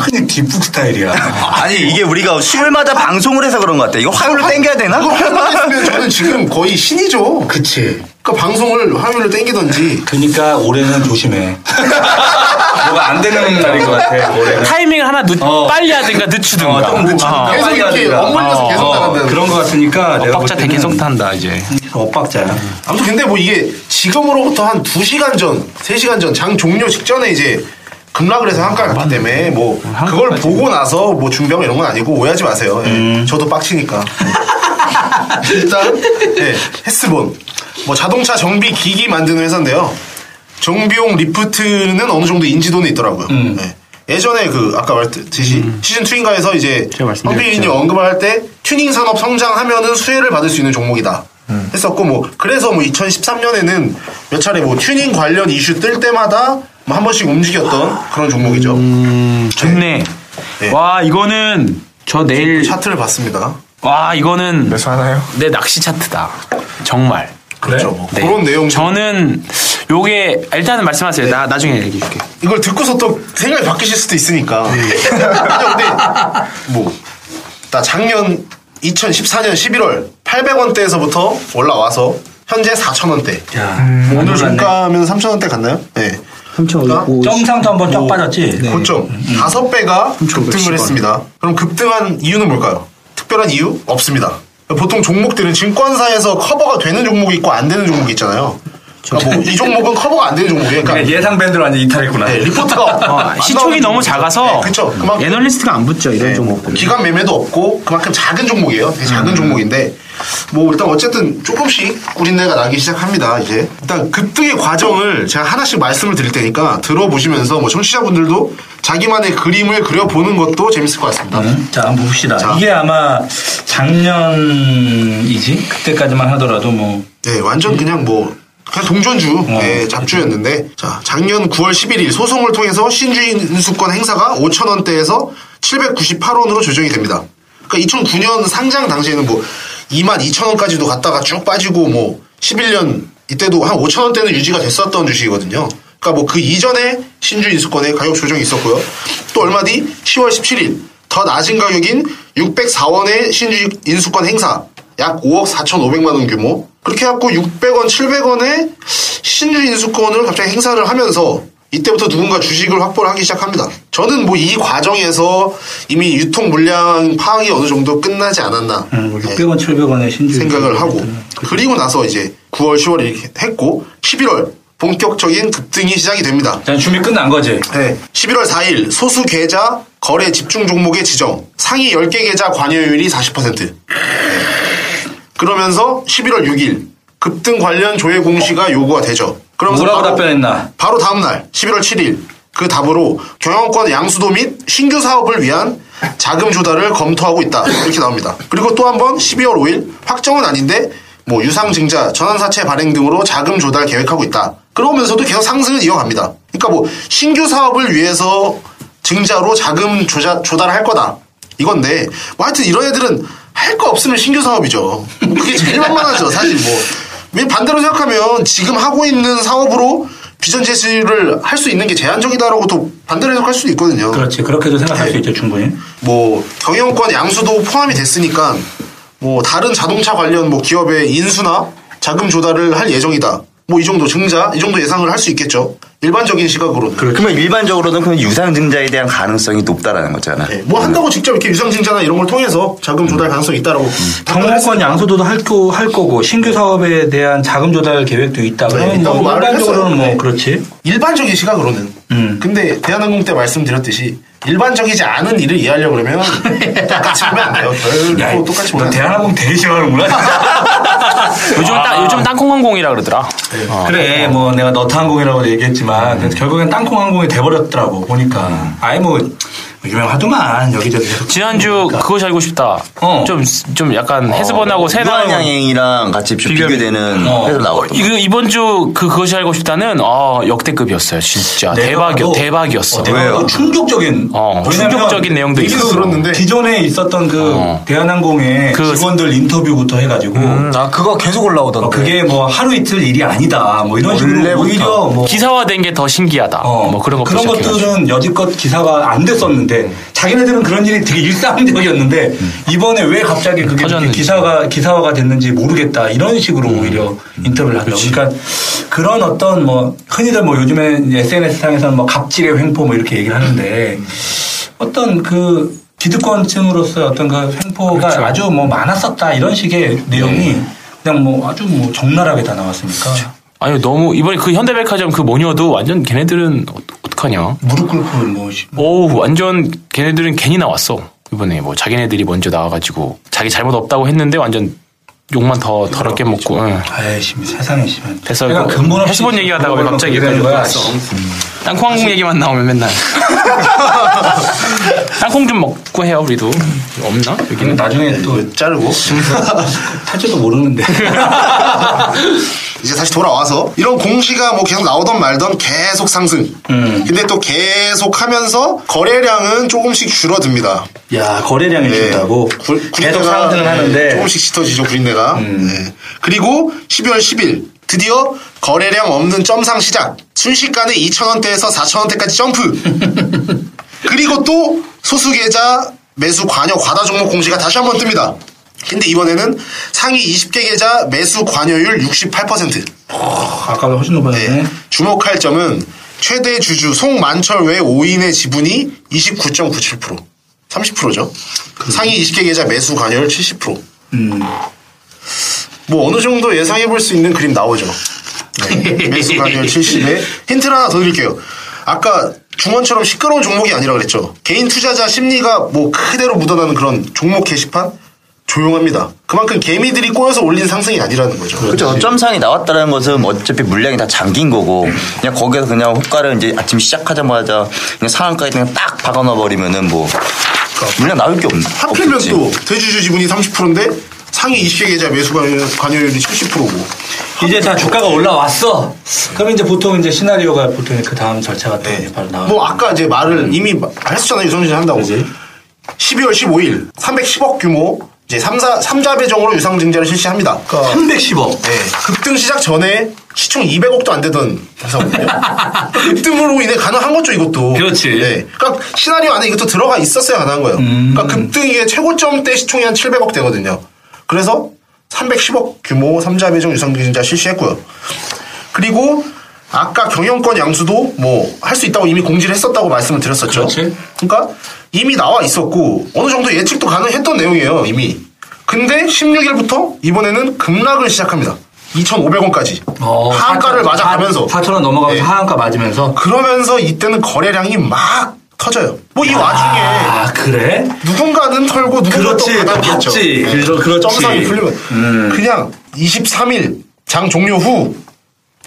Speaker 8: 흔히 뒷북 스타일이야.
Speaker 3: 아니 이게 우리가 수요일마다 방송을 해서 그런 것 같아. 이거 화요일로 땡겨야 되나?
Speaker 5: 화요일에 저는 지금 거의 신이죠. 그치. 그러니까 방송을 화요일로 땡기던지
Speaker 8: 그러니까 올해는 조심해. 뭐가 안 되는 날인 것 같아. 올해는.
Speaker 4: 타이밍을 하나 늦,
Speaker 8: 어.
Speaker 4: 빨리 하든가 늦추든가.
Speaker 8: 어, 조금
Speaker 4: 어.
Speaker 8: 늦추든가.
Speaker 5: 아, 뭐 계속 이렇게 엇말려서 계속 나간다는.
Speaker 8: 어, 그런 것 같으니까 내가 볼
Speaker 4: 엇박자
Speaker 8: 때는
Speaker 4: 되게 계속 탄다 이제.
Speaker 8: 엇박자야.
Speaker 5: 아무튼 근데 뭐 이게 지금으로부터 한 2시간 전, 3시간 전, 장 종료 직전에 이제 급락을 해서 한가
Speaker 4: 아,
Speaker 5: 갔기 때문에 뭐
Speaker 4: 음,
Speaker 5: 그걸 보고 나서 뭐 준비하고 이런 건 아니고 오해하지 마세요. 예.
Speaker 4: 음.
Speaker 5: 저도 빡치니까. 일단 예, 헤스본 뭐 자동차 정비 기기 만드는 회사인데요. 정비용 리프트는 어느 정도 인지도는 있더라고요.
Speaker 4: 음.
Speaker 5: 예. 전에그 아까 말했듯이 시즌 2인가에서 이제
Speaker 4: 제가 말씀드렸죠.
Speaker 5: 허비인이 언급을 할 때 튜닝 산업 성장하면은 수혜를 받을 수 있는 종목이다.
Speaker 4: 음.
Speaker 5: 했었고 뭐 그래서 뭐 2013년에는 몇 차례 뭐 튜닝 관련 이슈 뜰 때마다 뭐 한 번씩 움직였던 그런 종목이죠.
Speaker 4: 음. 좋네.
Speaker 5: 네.
Speaker 4: 와 이거는 저 내일
Speaker 5: 차트를 봤습니다.
Speaker 4: 와 이거는
Speaker 6: 매수하나요?
Speaker 4: 내 낚시 차트다. 정말.
Speaker 5: 그렇죠. 뭐
Speaker 4: 네.
Speaker 5: 그런 네. 내용
Speaker 4: 저는 요게 일단은 말씀하세요. 나 나중에 얘기해 줄게.
Speaker 5: 이걸 듣고서 또 생각이 바뀌실 수도 있으니까. 아니, 근데 뭐, 나 작년 2014년 11월 800원대에서부터 올라와서 현재 4,000원대. 음. 오늘 종가면 3,000원대 갔나요? 네. 3,000원.
Speaker 8: 점상도 한번 쫙 빠졌지.
Speaker 5: 뭐
Speaker 2: 네.
Speaker 5: 네. 고점. 다섯 배가 급등을 했습니다. 그럼 급등한 이유는 뭘까요? 특별한 이유? 없습니다. 보통 종목들은 증권사에서 커버가 되는 종목이 있고 안 되는 종목이 있잖아요. 그러니까 뭐 이 종목은 커버가 안 되는 종목이에요. 그러니까
Speaker 8: 예상 밴드로 완전 이탈했구나.
Speaker 5: 네, 리포트가 안
Speaker 4: 어, 시총이
Speaker 5: 나오는
Speaker 4: 너무
Speaker 5: 종목이죠.
Speaker 4: 작아서
Speaker 5: 네, 그쵸. 그만큼
Speaker 4: 애널리스트가 안 붙죠 이런
Speaker 5: 네,
Speaker 4: 종목들. 음.
Speaker 5: 기간 매매도 없고 그만큼 작은 종목이에요. 되게 작은 종목인데 뭐 일단 어쨌든 조금씩 꾸린내가 나기 시작합니다. 이제 일단 급등의 과정을 제가 하나씩 말씀을 드릴 테니까 들어보시면서 뭐 청취자분들도 자기만의 그림을 그려보는 것도 재밌을 것 같습니다.
Speaker 4: 음.
Speaker 2: 자, 한번 봅시다.
Speaker 5: 자.
Speaker 2: 이게 아마 작년이지? 그때까지만 하더라도 뭐.
Speaker 5: 네, 완전 그냥 뭐 그냥 동전주 네, 잡주였는데 자 작년 9월 11일 소송을 통해서 신주인수권 행사가 5천 원대에서 798원으로 조정이 됩니다. 그러니까 2009년 상장 당시에는 뭐 2만 2천 원까지도 갔다가 쭉 빠지고 뭐 11년 이때도 한 5천 원대는 유지가 됐었던 주식이거든요. 그러니까 뭐 그 이전에 신주인수권에 가격 조정이 있었고요. 또 얼마 뒤 10월 17일 더 낮은 가격인 604원의 신주인수권 행사 약 5억 4,500만 원 규모. 그렇게 해갖고 600원, 700원의 신주 인수권을 갑자기 행사를 하면서 이때부터 누군가 주식을 확보를 하기 시작합니다. 저는 뭐 이 과정에서 이미 유통 물량 파악이 어느 정도 끝나지 않았나
Speaker 2: 음,
Speaker 5: 네,
Speaker 2: 600원, 700원에 신주
Speaker 5: 생각을 하고 그리고 나서 이제 9월, 10월 이렇게 했고 11월 본격적인 급등이 시작이 됩니다.
Speaker 8: 자, 준비 끝난 거지.
Speaker 5: 네. 11월 4일 소수 계좌 거래 집중 종목의 지정 상위 10개 계좌 관여율이 40% 네. 그러면서 11월 6일 급등 관련 조회 공시가 요구가 되죠. 그러면서
Speaker 2: 뭐라고
Speaker 5: 바로-
Speaker 2: 답변했나?
Speaker 5: 바로 다음 날 11월 7일 그 답으로 경영권 양수도 및 신규 사업을 위한 자금 조달을 검토하고 있다 이렇게 나옵니다. 그리고 또 한 번 12월 5일 확정은 아닌데 뭐 유상증자, 전환사채 발행 등으로 자금 조달 계획하고 있다. 그러면서도 계속 상승을 이어갑니다. 그러니까 뭐 신규 사업을 위해서 증자로 자금 조자, 조달할 거다 이건데 뭐 하여튼 이런 애들은 할 거 없으면 신규 사업이죠. 그게 제일 만만하죠 사실 뭐. 왜 반대로 생각하면 지금 하고 있는 사업으로 비전 제시를 할 수 있는 게 제한적이다라고 또 반대로 해석할 수도 있거든요.
Speaker 2: 그렇지. 그렇게도 생각할
Speaker 5: 네.
Speaker 2: 수 있죠, 충분히.
Speaker 5: 뭐 경영권 양수도 포함이 됐으니까 뭐 다른 자동차 관련 뭐 기업의 인수나 자금 조달을 할 예정이다. 뭐 이 정도 증자, 이 정도 예상을 할 수 있겠죠. 일반적인 시각으로는.
Speaker 3: 그러면 일반적으로는 그냥 유상증자에 대한 가능성이 높다라는 거잖아.
Speaker 5: 네, 뭐 한다고 직접 이렇게 유상증자나 이런 걸 통해서 자금 조달 가능성이 있다라고
Speaker 8: 음.
Speaker 2: 경영권 양수도도 할, 거, 할 거고, 신규 사업에 대한 자금 조달 계획도 있다.
Speaker 5: 네,
Speaker 2: 그러면
Speaker 5: 있다고
Speaker 2: 뭐
Speaker 5: 말을
Speaker 2: 일반적으로는
Speaker 5: 했어요.
Speaker 2: 뭐,
Speaker 5: 네.
Speaker 2: 그렇지.
Speaker 5: 일반적인 시각으로는.
Speaker 2: 음.
Speaker 5: 근데 대한항공 때 말씀드렸듯이 일반적이지 않은 일을 이해하려고 그러면 똑같이 보면 안 돼요.
Speaker 8: 야,
Speaker 5: 결코 네, 똑같이
Speaker 8: 너
Speaker 5: 보면 안 돼요.
Speaker 8: 대한항공 되게 싫어하는구나.
Speaker 5: 네.
Speaker 4: 요즘
Speaker 5: 아.
Speaker 4: 땅 요즘 땅콩항공이라 그러더라. 아, 네.
Speaker 8: 그래, 뭐
Speaker 4: 음.
Speaker 8: 내가 너트항공이라고 얘기했지만 결국엔 땅콩항공이 돼버렸더라고 보니까. 아예 뭐
Speaker 2: 유명하더만 여기저기 계속
Speaker 4: 지난주
Speaker 5: 그러니까.
Speaker 4: 그것이 알고 싶다.
Speaker 2: 어.
Speaker 4: 좀, 좀
Speaker 5: 어,
Speaker 4: 약간 헤스번하고 세나하고
Speaker 3: 무한양행이랑 같이 비- 비교되는 해서 나오고
Speaker 4: 이거 이번 주 그, 그것이 알고 싶다는, 아, 역대급이었어요. 진짜. 아, 대박이요,
Speaker 2: 봐도-
Speaker 4: 대박이었어.
Speaker 2: 뭐, 내가
Speaker 3: 왜요?
Speaker 2: 봐도 충격적인
Speaker 4: 어,
Speaker 2: 왜냐면
Speaker 4: 충격적인 내용도
Speaker 2: 이거
Speaker 4: 있었어.
Speaker 5: 들었는데.
Speaker 2: 기존에 있었던 그
Speaker 4: 어.
Speaker 2: 대한항공의
Speaker 4: 그 음.
Speaker 2: 직원들 인터뷰부터 해가지고
Speaker 6: 아 그거 계속
Speaker 2: 어,
Speaker 6: 올라오던데.
Speaker 2: 그게 뭐 하루 이틀 일이 아니다 뭐 이런 식으로
Speaker 6: 원래부터.
Speaker 2: 오히려 뭐
Speaker 4: 기사화된 게 더 신기하다.
Speaker 2: 어,
Speaker 4: 뭐 그런 음. 거
Speaker 2: 그런 것들은 여지껏 기사가 안 됐었는데 자기네들은 그런 일이 되게 일상적이었는데 이번에 왜 갑자기 그게 이렇게
Speaker 4: 음. 터졌는지. 음.
Speaker 2: 기사가 기사화가 됐는지 모르겠다 이런 식으로 오히려 인터뷰를 하더라고. 그러니까 그런 어떤 뭐 흔히들 뭐 요즘에 SNS 상에서는 뭐 갑질의 횡포 뭐 이렇게 얘기를 하는데 어떤 그 기득권층으로서 어떤 그 횡포가
Speaker 4: 그렇죠.
Speaker 2: 아주 뭐 많았었다 이런 식의 내용이
Speaker 4: 네.
Speaker 2: 그냥 뭐 아주 뭐 적나라하게 다 나왔으니까
Speaker 4: 아니 너무 이번에 그 현대백화점 그 모녀도 완전 걔네들은 어- 어떡하냐?
Speaker 2: 무릎 꿇고 뭐
Speaker 4: 오우 완전 걔네들은 괜히 나왔어 이번에 뭐 자기네들이 먼저 나와가지고 자기 잘못 없다고 했는데 완전 욕만 더 더럽게 먹고 응.
Speaker 2: 아이씨 세상에 씨.
Speaker 4: 그래서
Speaker 2: 내가
Speaker 4: 이거
Speaker 2: 근본 없이
Speaker 4: 해수본 얘기하다가 왜 갑자기
Speaker 2: 그러는
Speaker 4: 여기까지
Speaker 2: 거야,
Speaker 4: 왔어 땅콩항공 얘기만 나오면 맨날 땅콩 좀 먹고 해요 우리도 없나 여기는
Speaker 2: 나중에 또
Speaker 5: 자르고
Speaker 2: 탈지도 모르는데
Speaker 5: 이제 다시 돌아와서 이런 공시가 뭐 계속 나오던 말던 계속 상승.
Speaker 8: 음.
Speaker 5: 근데 또 계속 하면서 거래량은 조금씩 줄어듭니다.
Speaker 2: 야 거래량이 준다고
Speaker 5: 굴-
Speaker 2: 계속
Speaker 5: 굴린내가,
Speaker 2: 상승을
Speaker 5: 네,
Speaker 2: 하는데 음.
Speaker 5: 조금씩 짙어지죠 구린내가. 네. 그리고 12월 10일 드디어 거래량 없는 점상 시작. 순식간에 2,000원대에서 4,000원대까지 점프. 그리고 또 소수계좌 매수 관여 과다 종목 공시가 다시 한번 뜹니다. 근데 이번에는 상위 20개 계좌 매수 관여율 68%.
Speaker 2: 아까보다 훨씬 높아졌네
Speaker 5: 네. 주목할 점은 최대 주주 송만철 외 5인의 지분이 29.97% 30%죠. 상위 20개 계좌 매수 관여율 70%.
Speaker 3: 음.
Speaker 5: 뭐 어느 정도 예상해 볼 수 있는 그림 나오죠. 네. 매수 관여율 70에 힌트를 하나 더 드릴게요. 아까 중원처럼 시끄러운 종목이 아니라 그랬죠. 개인 투자자 심리가 뭐 그대로 묻어나는 그런 종목 게시판 조용합니다. 그만큼 개미들이 꼬여서 올린 상승이 아니라는 거죠.
Speaker 3: 그렇죠. 점상이 나왔다는 것은 어차피 물량이 다 잠긴 거고 그냥 거기서 그냥 호가를 이제 아침 시작하자마자 그냥 상한가에 그냥 딱 박아놔 버리면은 뭐 물량 나올 게 없는.
Speaker 5: 하필이면 또 대주주 지분이 30%인데 상위 20개 계좌 매수 관여- 관여율이 70%고
Speaker 2: 이제 다 주가가 올라왔어 그러면 이제 보통 이제 시나리오가 보통 그 다음 절차가 또 이제 바로 나와
Speaker 5: 뭐 아까 이제 말을 이미 마- 했었잖아요 유성진 씨 한다고 12월 15일 310억 규모 이제 3사, 삼자 배정으로 유상증자를 실시합니다
Speaker 2: 그러니까 310억
Speaker 5: 네, 급등 시작 전에 시총 200억도 안 되던 회사거든요 급등으로 인해 가능한 거죠 이것도
Speaker 2: 그렇지.
Speaker 5: 네, 그러니까 시나리오 안에 이것도 들어가 있었어야 가능한 거예요
Speaker 2: 음.
Speaker 5: 그러니까 급등 이게 최고점 때 시총이 한 700억 되거든요 그래서 310억 규모 3자 배정 유상증자 실시했고요 그리고 아까 경영권 양수도 뭐 할 수 있다고 이미 공지를 했었다고 말씀을 드렸었죠.
Speaker 2: 그렇지.
Speaker 5: 러니까 이미 나와 있었고 어느 정도 예측도 가능했던 내용이에요 이미. 근데 16일부터 이번에는 급락을 시작합니다. 2,500원까지
Speaker 2: 어,
Speaker 5: 하한가를 맞아가면서
Speaker 2: 4천 원 넘어가면서
Speaker 5: 네.
Speaker 2: 하한가 맞으면서
Speaker 5: 그러면서 이때는 거래량이 막 터져요. 뭐 이 와중에
Speaker 2: 아 그래
Speaker 5: 누군가는 털고 누군가
Speaker 2: 그렇지,
Speaker 5: 또
Speaker 2: 또
Speaker 5: 받았겠죠.
Speaker 2: 받지. 그래서 그렇지. 음.
Speaker 5: 점상이 풀리면 그냥 23일 장 종료 후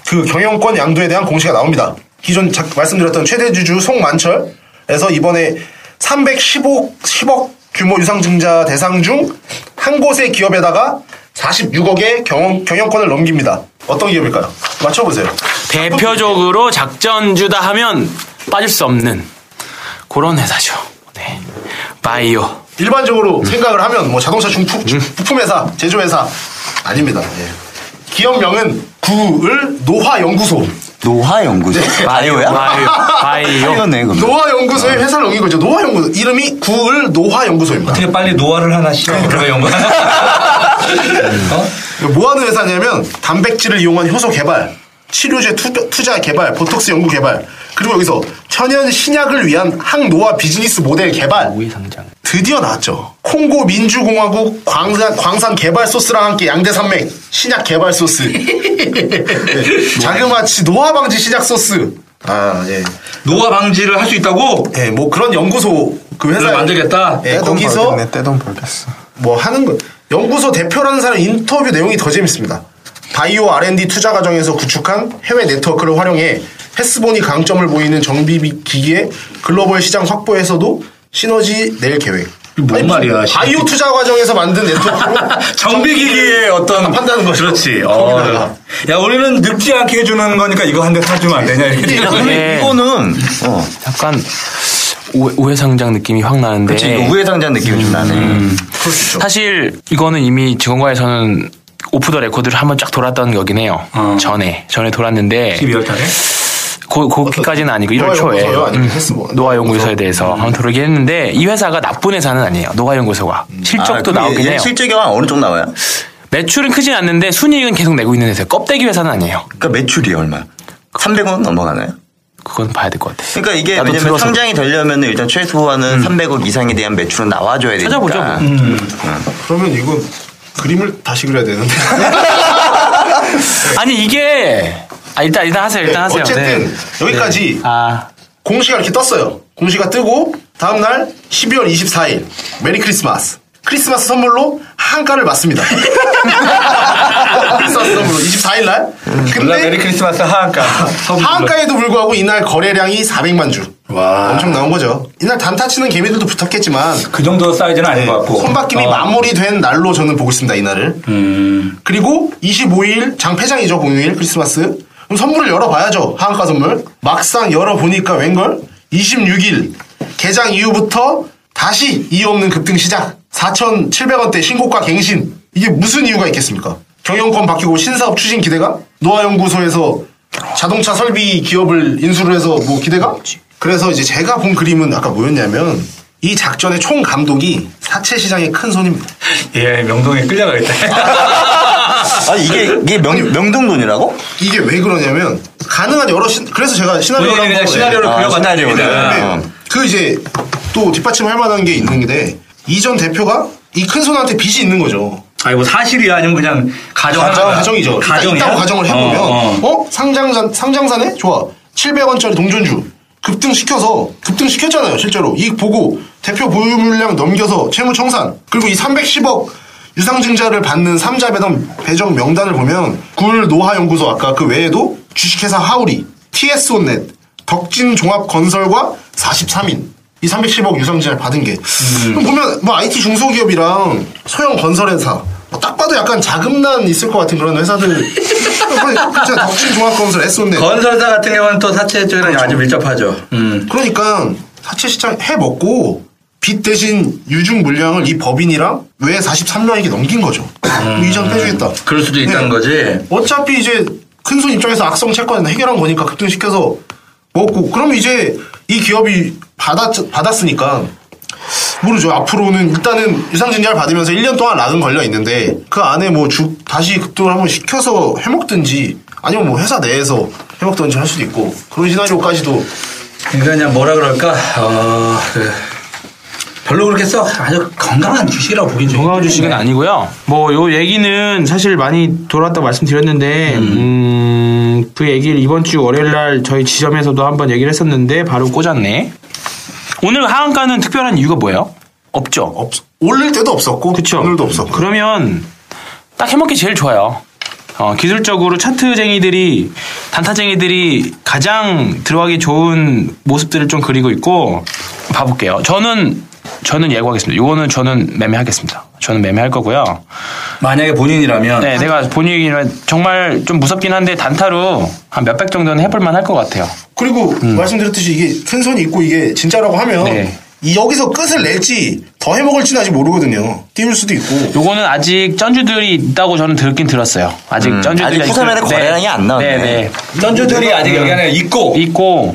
Speaker 5: 그 경영권 양도에 대한 공시가 나옵니다. 기존 자- 말씀드렸던 최대 주주 송만철에서 이번에 315억 10억 규모 유상증자 대상 중 한 곳의 기업에다가 46억의 경영, 경영권을 넘깁니다. 어떤 기업일까요? 맞춰보세요.
Speaker 4: 대표적으로 작전주다 하면 빠질 수 없는 그런 회사죠 네 바이오
Speaker 5: 일반적으로 생각을 하면 뭐 자동차 중품 부품회사, 제조회사 아닙니다. 예. 기업명은 구을 노화연구소.
Speaker 3: 네. 노화 연구소. 바이오야?
Speaker 4: 바이오 바이오
Speaker 3: 바이오네 그럼.
Speaker 5: 노화연구소의 회사를 옮긴 거죠. 노화연구소 이름이 구을 노화연구소입니다.
Speaker 2: 어떻게 빨리 노화를 하나 어? 시켜 그거 연구
Speaker 5: 뭐 하는 회사냐면 단백질을 이용한 효소 개발, 치료제 투, 투자 개발, 보톡스 연구 개발, 그리고 여기서 천연 신약을 위한 항노화 비즈니스 모델 개발. 드디어 나왔죠. 콩고 민주공화국 광산, 광산 개발 소스랑 함께 양대산맥 신약 개발 소스. 네. 자그마치 노화 방지 신약 소스. 아, 예.
Speaker 2: 노화 방지를 할 수 있다고
Speaker 5: 예, 뭐 그런 연구소 그 회사
Speaker 2: 그걸 만들겠다?
Speaker 5: 예,
Speaker 6: 떼돈
Speaker 5: 거기서
Speaker 6: 벌겠네. 떼돈 벌겠어.
Speaker 5: 뭐 하는 거 연구소 대표라는 사람 인터뷰 내용이 더 재밌습니다. 바이오 R&D 투자 과정에서 구축한 해외 네트워크를 활용해 헤스본이 강점을 보이는 정비 기기의 글로벌 시장 확보에서도 시너지 낼 계획.
Speaker 2: 뭔
Speaker 5: 아니,
Speaker 2: 말이야,
Speaker 5: 바이오
Speaker 2: 시너지.
Speaker 5: 투자 과정에서 만든 네트워크로
Speaker 2: 정비기기의 어떤
Speaker 5: 아, 판다는 거죠.
Speaker 2: 그렇지.
Speaker 5: 거기다가.
Speaker 2: 어. 야 우리는 늙지 않게 해주는 거니까 이거 한 대 사주면 안 되냐 이렇게.
Speaker 4: 네.
Speaker 3: 이거는 어,
Speaker 4: 약간 우회, 우회상장 느낌이 확 나는데
Speaker 3: 그치 이거 우회상자 느낌이
Speaker 4: 음.
Speaker 3: 좀 나네.
Speaker 4: 사실 이거는 이미 직원과에서는 오프 더 레코드를 한번 쫙 돌았던 거긴 해요.
Speaker 5: 아.
Speaker 2: 어.
Speaker 4: 전에 전에 돌았는데
Speaker 2: 12월 달에.
Speaker 4: 고- 거기까지는 아니고 1월 초에
Speaker 5: 노화연구소요? 아니면 뭐. 음.
Speaker 4: 음,
Speaker 5: 헬스모?
Speaker 4: 노화연구소에 대해서 한번 돌긴 했는데 이 회사가 나쁜 회사는 아니에요. 노화연구소가
Speaker 5: 음.
Speaker 4: 실적도
Speaker 3: 아,
Speaker 4: 나오긴
Speaker 3: 얘
Speaker 4: 해요.
Speaker 3: 실적이 한 어느 쪽 나와요?
Speaker 4: 매출은 크진 않는데 순이익은 계속 내고 있는 회사예요. 껍데기 회사는 아니에요.
Speaker 3: 그러니까 매출이 얼마? 300원 넘어가나요?
Speaker 4: 그건 봐야 될 것 같아요.
Speaker 3: 그러니까 이게
Speaker 4: 나도
Speaker 3: 왜냐면
Speaker 4: 들어서. 음.
Speaker 3: 상장이 되려면 일단 최소한은 300억 이상에 대한 매출은 나와줘야 되니까.
Speaker 4: 찾아보죠, 뭐.
Speaker 5: 그러면 이거 그림을 다시 그려야 되는데.
Speaker 4: 아니 이게 아 일단 일단 하세요. 일단 하세요.
Speaker 5: 네.
Speaker 4: 네.
Speaker 5: 어쨌든 여기까지
Speaker 4: 아
Speaker 5: 공시가 이렇게 떴어요. 공시가 뜨고 다음날 12월 24일 메리 크리스마스. 크리스마스 선물로 한가를 맞습니다. 크리스마스 선물로 24일 날.
Speaker 2: 음, 몰라 메리
Speaker 5: 근데
Speaker 2: 크리스마스 하한가.
Speaker 5: 한가에도 불구하고 이날 거래량이 400만 주. 엄청 나온 거죠. 이날 단타 치는 개미들도 붙었겠지만
Speaker 2: 그 정도 사이즈는 아닌 것 같고. 어.
Speaker 5: 손바뀜이 마무리된 날로 저는 보고 있습니다. 이날을. 그리고 25일 장패장이죠 공휴일 크리스마스 그럼 선물을 열어봐야죠 하한가 선물 막상 열어보니까 웬걸 26일 개장 이후부터 다시 이유 없는 급등 시작 4,700원대 신고가 갱신 이게 무슨 이유가 있겠습니까 경영권 바뀌고 신사업 추진 기대감 노화연구소에서 자동차 설비 기업을 인수를 해서 뭐 기대감 그래서 이제 제가 본 그림은 아까 뭐였냐면 이 작전의 총 감독이 사채 시장의 큰 손입니다.
Speaker 2: 예 명동에 끌려가겠다.
Speaker 3: 아 이게 이게 명, 명동돈이라고?
Speaker 5: 이게 왜 그러냐면 가능한 여러 시 그래서 제가 시나리오를
Speaker 2: 본인이 그냥
Speaker 5: 한번
Speaker 2: 시나리오를 아.
Speaker 3: 아,
Speaker 2: 그려봤다.
Speaker 3: 시나리오를.
Speaker 5: 예. 네.
Speaker 3: 어.
Speaker 5: 그 이제 또 뒷받침할 만한 게 있는 게 이전 대표가 이 큰 손한테 빚이 있는 거죠.
Speaker 2: 아니 뭐 사실이야 아니면 그냥 가정
Speaker 5: 가정, 가정이죠. 가정
Speaker 2: 가정이야?
Speaker 5: 있다고 가정을 해보면
Speaker 2: 어, 어.
Speaker 5: 어, 상장산 상장산에 좋아 700원짜리 동전주 급등 시켜서 급등 시켰잖아요 실제로 이익 보고 대표 보유물량 넘겨서 채무 청산 그리고 이 310억 유상증자를 받는 3자 배당 배정 명단을 보면 굴 노화연구소 아까 그 외에도 주식회사 하우리 TS온넷 덕진종합건설과 43인 이 310억 유상증자를 받은 게 그럼 보면 뭐 IT 중소기업이랑 소형 건설회사 뭐딱 봐도 약간 자금난 있을 것 같은 그런 회사들 진짜 덕진종합건설 S온넷
Speaker 2: 건설사 같은 경우는 또 사채 쪽이랑
Speaker 5: 그렇죠.
Speaker 2: 아주 밀접하죠. 음.
Speaker 5: 그러니까 사채 시장 해 먹고 빚 대신 유중 물량을 이 법인이랑 외 43명에게 넘긴 거죠. 이전 빼주겠다.
Speaker 2: 음. 그럴 수도 있다는
Speaker 5: 네.
Speaker 2: 거지.
Speaker 5: 어차피 이제 큰손 입장에서 악성 채권 해결한 거니까 급등시켜서 먹고 그럼 이제 이 기업이 받았, 받았으니까 모르죠. 앞으로는 일단은 유상증자를 받으면서 1년 동안 락은 걸려 있는데 그 안에 뭐 주 다시 급등을 한번 시켜서 해먹든지 아니면 뭐 회사 내에서 해먹든지 할 수도 있고 그런 시나리오까지도
Speaker 2: 그러니까 그냥 뭐라 그럴까. 어, 그 별로 그렇게 썩 아주 건강한 주식이라고 보긴 좀.
Speaker 4: 건강 주식은 아니고요. 뭐 요 얘기는 사실 많이 돌았다 말씀드렸는데 음, 그 얘기를 이번 주 월요일 날 저희 지점에서도 한번 얘기를 했었는데 바로 꽂았네. 오늘 하한가는 특별한 이유가 뭐예요? 없죠.
Speaker 5: 없, 올릴 때도 없었고
Speaker 4: 그쵸. 음.
Speaker 5: 오늘도 없었고
Speaker 4: 그러면 딱 해먹기 제일 좋아요. 어, 기술적으로 차트쟁이들이 단타쟁이들이 가장 들어가기 좋은 모습들을 좀 그리고 있고 봐볼게요. 저는 저는 예고하겠습니다. 이거는 저는 매매하겠습니다. 저는 매매할 거고요.
Speaker 2: 만약에 본인이라면
Speaker 4: 네, 내가 본인이면 정말 좀 무섭긴 한데 단타로 한 몇백 정도는 해볼만 할 것 같아요.
Speaker 5: 그리고 말씀드렸듯이 이게 큰 손이 있고 이게 진짜라고 하면
Speaker 4: 음. 네.
Speaker 5: 이 여기서 끝을 낼지 더 해먹을지는 아직 모르거든요. 띄울 수도 있고.
Speaker 4: 요거는 아직 쩐주들이 있다고 저는 들긴 들었어요. 아직 쩐주들이
Speaker 3: 음, 아직 후사면에
Speaker 4: 있을- 네.
Speaker 3: 거래량이 안 나왔네.
Speaker 4: 네,
Speaker 2: 전주들이 아직 여기 안에 음. 있고
Speaker 4: 네. 있고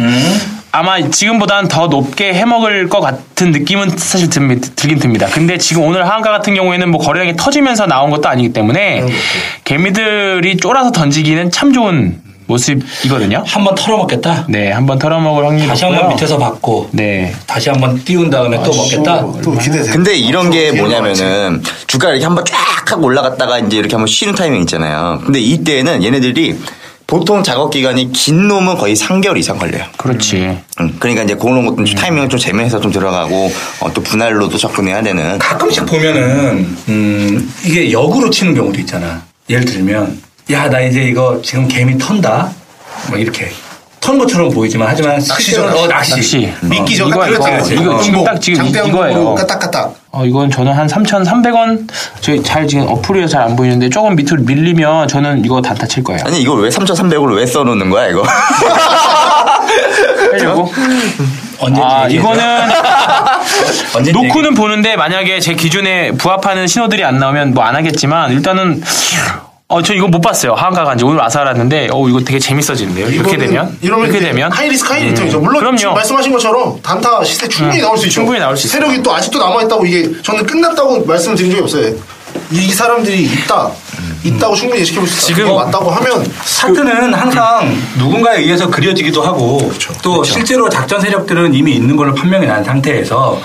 Speaker 4: 아마 지금보단 더 높게 해먹을 것 같은 느낌은 사실 듭니, 들긴 듭니다. 근데 지금 오늘 하한가 같은 경우에는 뭐 거래량이 터지면서 나온 것도 아니기 때문에 개미들이 쫄아서 던지기는 참 좋은 모습이거든요.
Speaker 2: 한 번 털어먹겠다.
Speaker 4: 네, 한번 털어먹을 확률이
Speaker 2: 다시 한 번
Speaker 4: 높고요.
Speaker 2: 밑에서 받고
Speaker 4: 네. 아,
Speaker 2: 다시 한 번 띄운 다음에 또 먹겠다.
Speaker 5: 또 기대돼.
Speaker 3: 근데 이런 게 뭐냐면은 주가 이렇게 한번 쫙 하고 올라갔다가 이제 이렇게 한번 쉬는 타이밍 있잖아요. 근데 이때는 얘네들이 보통 작업 기간이 긴 놈은 거의 3개월 이상 걸려요.
Speaker 4: 그렇지.
Speaker 3: 음, 그러니까 이제 그런 것도 좀 타이밍을 좀 제매해서 좀 들어가고 어, 또 분할로도 접근해야 되는.
Speaker 2: 가끔씩 보면은 음, 이게 역으로 치는 경우도 있잖아. 예를 들면 야 나 이제 이거 지금 개미 턴다. 뭐 이렇게 선거처럼 보이지만 하지만
Speaker 5: 낚시죠,
Speaker 2: 실제로는- 어 낚시.
Speaker 4: 낚시.
Speaker 5: 미끼죠.
Speaker 4: 이거
Speaker 5: 그렇지,
Speaker 4: 이거
Speaker 5: 그렇지.
Speaker 4: 이거 지금
Speaker 5: 중복.
Speaker 4: 딱 지금 이-
Speaker 5: 장대한
Speaker 4: 이거예요.
Speaker 5: 공으로 까딱까딱.
Speaker 4: 어, 이건 저는 한 3,300원 저희 잘 지금 어플이 잘안 보이는데 조금 밑으로 밀리면 저는 이거 단타 칠 거예요.
Speaker 3: 아니 이걸 왜 3,300을 왜 써놓는 거야 이거?
Speaker 4: 빼려고.
Speaker 2: 언제
Speaker 4: 아 이거는
Speaker 3: 언제
Speaker 4: 놓고는 보는데 만약에 제 기준에 부합하는 신호들이 안 나오면 뭐 안 하겠지만 일단은 어 저 이거 못 봤어요 하한가 간지 오늘 와서 알았는데 어 이거 되게 재밌어지는데요 이렇게
Speaker 5: 이거는-
Speaker 4: 되면
Speaker 5: 이러면
Speaker 4: 이렇게
Speaker 5: 이제
Speaker 4: 되면 네.
Speaker 5: 하이리스크 하이리턴이죠. 물론
Speaker 4: 그럼요.
Speaker 5: 지금 말씀하신 것처럼 단타 시세 충분히
Speaker 4: 음,
Speaker 5: 나올 수 있죠.
Speaker 4: 충분히 나올 수 있어요.
Speaker 5: 세력이 또 아직도 남아 있다고 이게 저는 끝났다고 말씀드린 적이 없어요. 이 사람들이 있다, 있다고 충분히 예측해볼 수 있다.
Speaker 4: 지금-
Speaker 5: 지금 맞다고 하면
Speaker 2: 차트는 항상 누군가에 의해서 그려지기도 하고 또 실제로 작전 세력들은 이미 있는 걸로 판명이 난 상태에서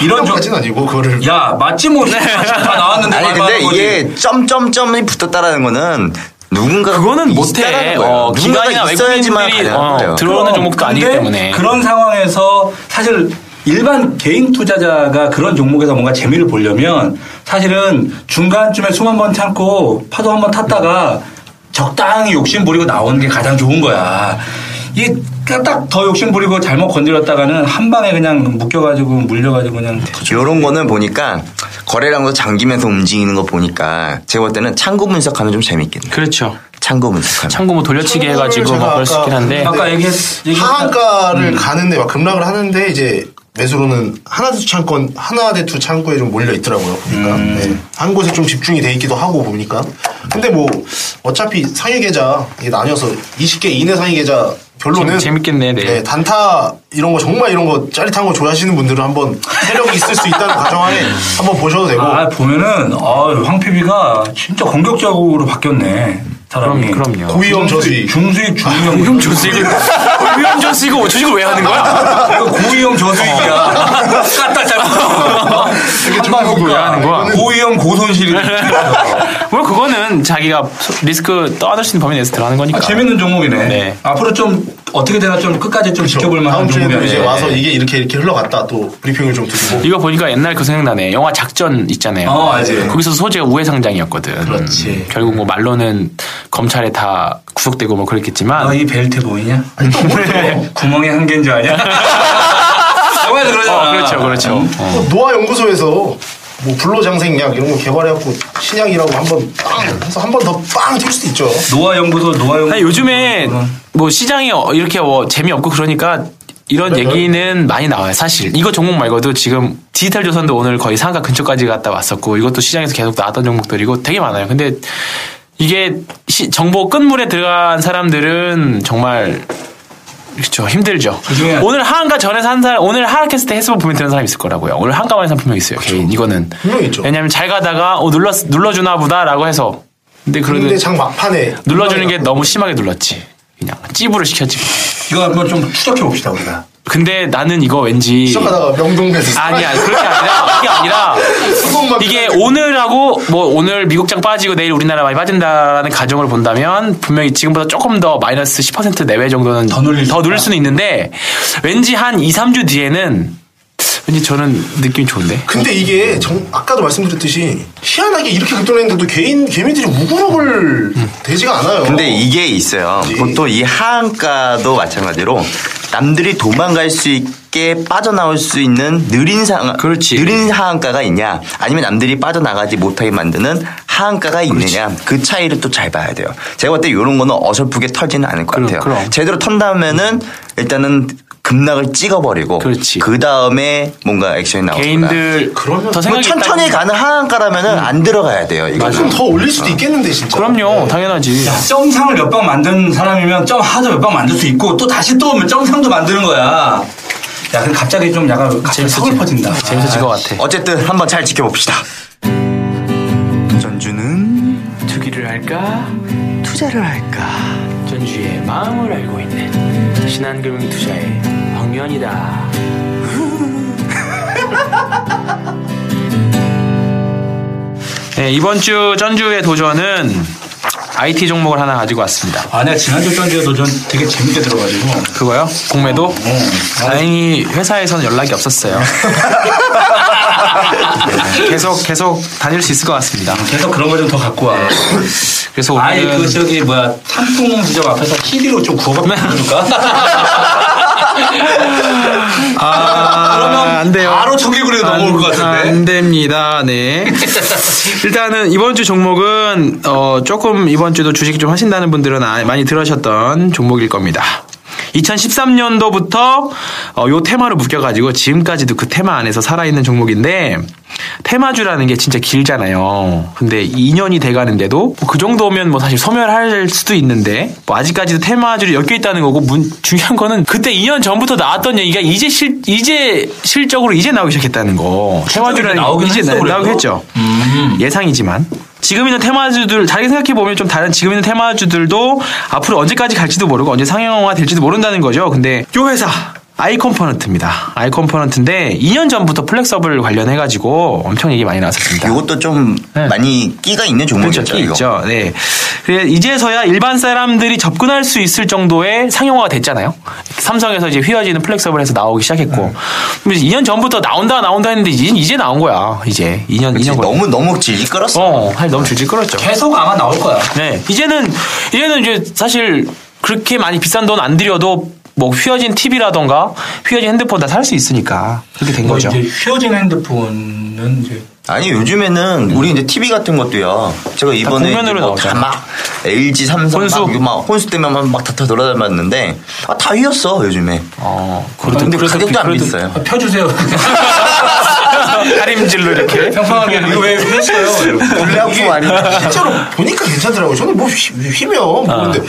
Speaker 2: 이런 조-
Speaker 5: 이런까지는 아니고 그거를
Speaker 2: 야 맞지 뭐 다 나왔는데
Speaker 3: 아니
Speaker 2: 말만
Speaker 3: 근데
Speaker 2: 하는 거지.
Speaker 3: 이게 점점점이 붙었다라는 거는 누군가
Speaker 4: 그거는 못해
Speaker 3: 있다라는 거예요.
Speaker 4: 어,
Speaker 3: 누군가가
Speaker 4: 기관이나
Speaker 3: 있어야지만
Speaker 4: 외국인들이
Speaker 3: 가능한
Speaker 4: 어,
Speaker 3: 거예요.
Speaker 4: 들어오는
Speaker 2: 그럼,
Speaker 4: 종목도 아니기
Speaker 2: 근데
Speaker 4: 때문에
Speaker 2: 그런 상황에서 사실 일반 개인 투자자가 그런 종목에서 뭔가 재미를 보려면 사실은 중간쯤에 숨 한번 참고 파도 한번 탔다가 적당히 욕심 부리고 나오는 게 가장 좋은 거야. 이게 딱 더 욕심 부리고 잘못 건드렸다가는 한 방에 그냥 묶여가지고 물려가지고 그냥
Speaker 3: 이런 거는 보니까 거래량도 잠기면서 움직이는 거 보니까 제가 볼 때는 창구 분석하면 좀 재밌겠네.
Speaker 4: 그렇죠
Speaker 3: 창구 분석하면.
Speaker 4: 참고 뭐 돌려치기
Speaker 5: 참고를
Speaker 4: 해가지고
Speaker 5: 제가
Speaker 4: 뭐 그럴 수 있긴 한데
Speaker 5: 아까
Speaker 2: 아까 얘기했 음.
Speaker 5: 하한가를 가는데 막 급락을 하는데 이제 매수로는 하나대투 창권 하나대투 창구에 좀 몰려 있더라고요 보니까
Speaker 2: 음.
Speaker 5: 네. 한 곳에 좀 집중이 돼 있기도 하고 보니까 근데 뭐 어차피 상위 계좌 이게 나뉘어서 20개 이내 상위 계좌 결론은
Speaker 4: 재- 재밌겠네, 네.
Speaker 5: 단타 이런 거 정말 이런 거 짜릿한 거 좋아하시는 분들은 한번 세력이 있을 수 있다는 가정하에 한번 보셔도 되고
Speaker 2: 아 보면은 아, 황 PB가 진짜 공격적으로 바뀌었네. 사람이.
Speaker 4: 그럼, 그럼요.
Speaker 5: 고위험 저수익.
Speaker 2: 중수익 중위험
Speaker 4: 위험 조수익 위험 조수익 저식을 뭐 왜 하는 거야?
Speaker 2: 고위험 저수익이야. 까딱 잘못.
Speaker 4: 중국을 왜 하는 거야?
Speaker 2: 고위험 고손실이.
Speaker 4: 뭐 그거는 자기가 리스크 떠안을 수 있는 범위 내에서 들어가는 거니까
Speaker 2: 아, 재밌는 종목이네.
Speaker 4: 네.
Speaker 2: 앞으로 좀 어떻게 되나 좀 끝까지 좀 지켜볼 만한
Speaker 5: 그렇죠. 다음 주에도
Speaker 2: 종목이네.
Speaker 5: 이제 와서 이게 이렇게 이렇게 흘러갔다 또 브리핑을 좀 드리고
Speaker 4: 이거 보니까 옛날 그 생각나네. 영화 작전 있잖아요.
Speaker 2: 어, 알지.
Speaker 4: 거기서 소재가 우회상장이었거든.
Speaker 5: 그렇지.
Speaker 4: 음, 결국 뭐 말로는 검찰에 다 구속되고 뭐 그랬겠지만.
Speaker 2: 아, 너이 벨트 보이냐? 구멍에 한 개인 줄 아냐? 영화에서 그러잖아.
Speaker 4: 어, 그렇죠, 그렇죠.
Speaker 2: 음.
Speaker 4: 어.
Speaker 5: 또 노아연구소에서 뭐 불로장생약 이런 거 개발해갖고 신약이라고 한번 빵 해서 한 번 더빵튈 수도 있죠.
Speaker 2: 노아 연구소 노아 연구소.
Speaker 4: 아니, 요즘에 뭐 시장이 어- 이렇게 뭐 재미없고 그러니까 이런
Speaker 5: 네,
Speaker 4: 얘기는 많이 나와요, 사실. 이거 종목 말고도 지금 디지털 조선도 오늘 거의 상가 근처까지 갔다 왔었고 이것도 시장에서 계속 나왔던 종목들이고 되게 많아요. 근데 이게 시- 정보 끝물에 들어간 사람들은 정말 그렇죠 힘들죠.
Speaker 2: 중요한-
Speaker 4: 오늘 한가 전에 산 사람 오늘 하락했을 때 해수법 보면 되는 사람이 있을 거라고요. 오늘 한가만 산 분명 있어요. 개인 이거는
Speaker 5: 분명 있죠.
Speaker 4: 왜냐하면 잘 가다가 어, 눌러 눌러주나 보다라고 해서 근데 그래도
Speaker 5: 근데 장 막판에
Speaker 4: 눌러주는 게 너무 심하게 눌렀지. 그냥 찌부를 시켰지.
Speaker 2: 이거 한번 좀 추적해 봅시다 우리가.
Speaker 4: 근데 나는 이거 왠지
Speaker 5: 시작하다가 명동에서
Speaker 4: 아니야 그렇게 아니라 그게 아니라
Speaker 5: 수공만
Speaker 4: 이게
Speaker 5: 빼가지고.
Speaker 4: 오늘하고 뭐 오늘 미국장 빠지고 내일 우리나라 많이 빠진다라는 가정을 본다면 분명히 지금보다 조금 더 마이너스 10% 내외 정도는
Speaker 2: 더 눌릴 수
Speaker 4: 릴 수는 있는데 왠지 한 2, 3주 뒤에는 왠지 저는 느낌이 좋은데.
Speaker 5: 근데 이게 정- 아까도 말씀드렸듯이 희한하게 이렇게 급등했는데도 개인 개미들이 우글우글
Speaker 4: 음.
Speaker 5: 되지가 않아요.
Speaker 3: 근데 이게 있어요.
Speaker 4: 예.
Speaker 5: 그치.
Speaker 3: 보통 이 하한가도 마찬가지로 남들이 도망갈 수 있게 빠져나올 수 있는 느린 상
Speaker 4: 그렇지.
Speaker 3: 느린 하한가가 있냐, 아니면 남들이 빠져나가지 못하게 만드는 하한가가 있느냐 그 차이를 또 잘 봐야 돼요. 제가 볼 때 이런 거는 어설프게 털지는 않을 것
Speaker 4: 그럼,
Speaker 3: 같아요.
Speaker 4: 그럼.
Speaker 3: 제대로 턴다면은 일단은 급락을 찍어버리고
Speaker 4: 그렇지.
Speaker 3: 그 다음에 뭔가 액션이 나오거나
Speaker 4: 개인들
Speaker 5: 그러면
Speaker 4: 더
Speaker 3: 뭐
Speaker 4: 생각이 음.
Speaker 3: 천천히
Speaker 4: 있다면-
Speaker 3: 가는 하한가라면은 안 들어가야 돼요. 이거
Speaker 5: 조금 더 올릴 수도 있겠는데 진짜.
Speaker 4: 그럼요 당연하지.
Speaker 2: 점상을 몇 방 만든 사람이면 점 하도 몇 방 만들 수 있고 또 다시 또 점상도 만드는 거야. 야, 근데 갑자기 좀 약간 갑자기 서글퍼진다.
Speaker 4: 재밌어질 것 같아.
Speaker 3: 네. 어쨌든 한번 잘 지켜봅시다. 전주는
Speaker 4: 투기를 할까 투자를 할까 전주의 마음을 알고 있는 신한금융 투자의 박면이다. 네 이번 주 전주의 도전은 IT 종목을 하나 가지고 왔습니다.
Speaker 2: 아, 내가 지난주 전주에도 전 되게 재밌게 들어가지고.
Speaker 4: 그거요? 공매도?
Speaker 10: 어, 네.
Speaker 4: 다행히 회사에서는 연락이 없었어요. 네, 계속 계속 다닐 수 있을 것 같습니다.
Speaker 2: 계속 그런 거 좀 더 갖고 와.
Speaker 4: 그래서
Speaker 2: 아예
Speaker 4: 네. 오늘은 네.
Speaker 2: 그 저기 뭐야 삼풍 지점 앞에서 TV로 좀 구워봐 그러니까. 줄까?
Speaker 10: 아, 그러면
Speaker 4: 안 돼요.
Speaker 10: 바로 청개구리로 넘어올 것 같은데.
Speaker 4: 안 됩니다. 네. 일단은 이번 주 종목은 어, 조금 이번 주도 주식 좀 하신다는 분들은 아- 많이 들으셨던 종목일 겁니다. 2013년도부터 어, 요 테마로 묶여가지고 지금까지도 그 테마 안에서 살아있는 종목인데 테마주라는 게 진짜 길잖아요. 근데 2년이 돼가는데도 뭐그 정도면 뭐 사실 소멸할 수도 있는데 뭐 아직까지도 테마주를 엮여 있다는 거고 문- 중요한 거는 그때 2년 전부터 나왔던 얘기가 이제 실 이제 실적으로 이제 나오기 시작했다는 거. 테마주라는 게
Speaker 2: 나오긴
Speaker 4: 이제
Speaker 2: 했어,
Speaker 4: 나-
Speaker 2: 그래도?
Speaker 4: 나오긴 했죠. 예상이지만 지금 있는 테마주들 잘 생각해 보면 좀 다른 지금 있는 테마주들도 앞으로 언제까지 갈지도 모르고 언제 상용화 될지도 모른다는 거죠. 근데 요 회사 아이 컴포넌트입니다. 아이 컴포넌트인데 2년 전부터 플렉서블 관련해 가지고 엄청 얘기 많이 나왔었습니다.
Speaker 3: 이것도 좀
Speaker 4: 네.
Speaker 3: 많이 끼가 있는 종목이죠.
Speaker 4: 그렇죠. 있죠. 네. 그래, 이제서야 일반 사람들이 접근할 수 있을 정도의 상용화가 됐잖아요. 삼성에서 이제 휘어지는 플렉서블에서 나오기
Speaker 3: 음.
Speaker 4: 시작했고. 근데 이제 2년 전부터 나온다 나온다 했는데 이제, 이제 나온 거야. 이제 2년
Speaker 3: 그치,
Speaker 4: 2년 걸려.
Speaker 3: 너무 너무 질이 끌었어.
Speaker 4: 어, 사실 너무 질질 끌었죠.
Speaker 2: 계속 아마 나올 거야.
Speaker 4: 네. 이제는 이제는 이제 사실 그렇게 많이 비싼 돈 안 들여도 뭐 휘어진 TV라던가 휘어진 핸드폰 다 살 수 있으니까 그렇게 된
Speaker 2: 뭐
Speaker 4: 거죠.
Speaker 2: 이제 휘어진 핸드폰은 이제
Speaker 3: 아니 요즘에는 우리 이제 TV 같은 것도요. 제가 이번에
Speaker 4: 공면으로 네. 나오잖아.
Speaker 3: 다막 LG, 삼성
Speaker 4: 혼수.
Speaker 3: 막, 이거 막 혼수 때문에 막다 돌아다녔는데 아, 다 휘었어 요즘에.
Speaker 4: 어,
Speaker 3: 아, 근데
Speaker 4: 그래서
Speaker 3: 가격도 안
Speaker 4: 그래도
Speaker 3: 비싸요.
Speaker 2: 아, 펴주세요.
Speaker 4: 다림질로 이렇게
Speaker 2: 평평하게 이거 왜 펴어요?
Speaker 3: 불량품 아니야.
Speaker 5: 실제로 보니까 괜찮더라고요. 저는 뭐 휘, 휘며
Speaker 4: 아.
Speaker 5: 보는데.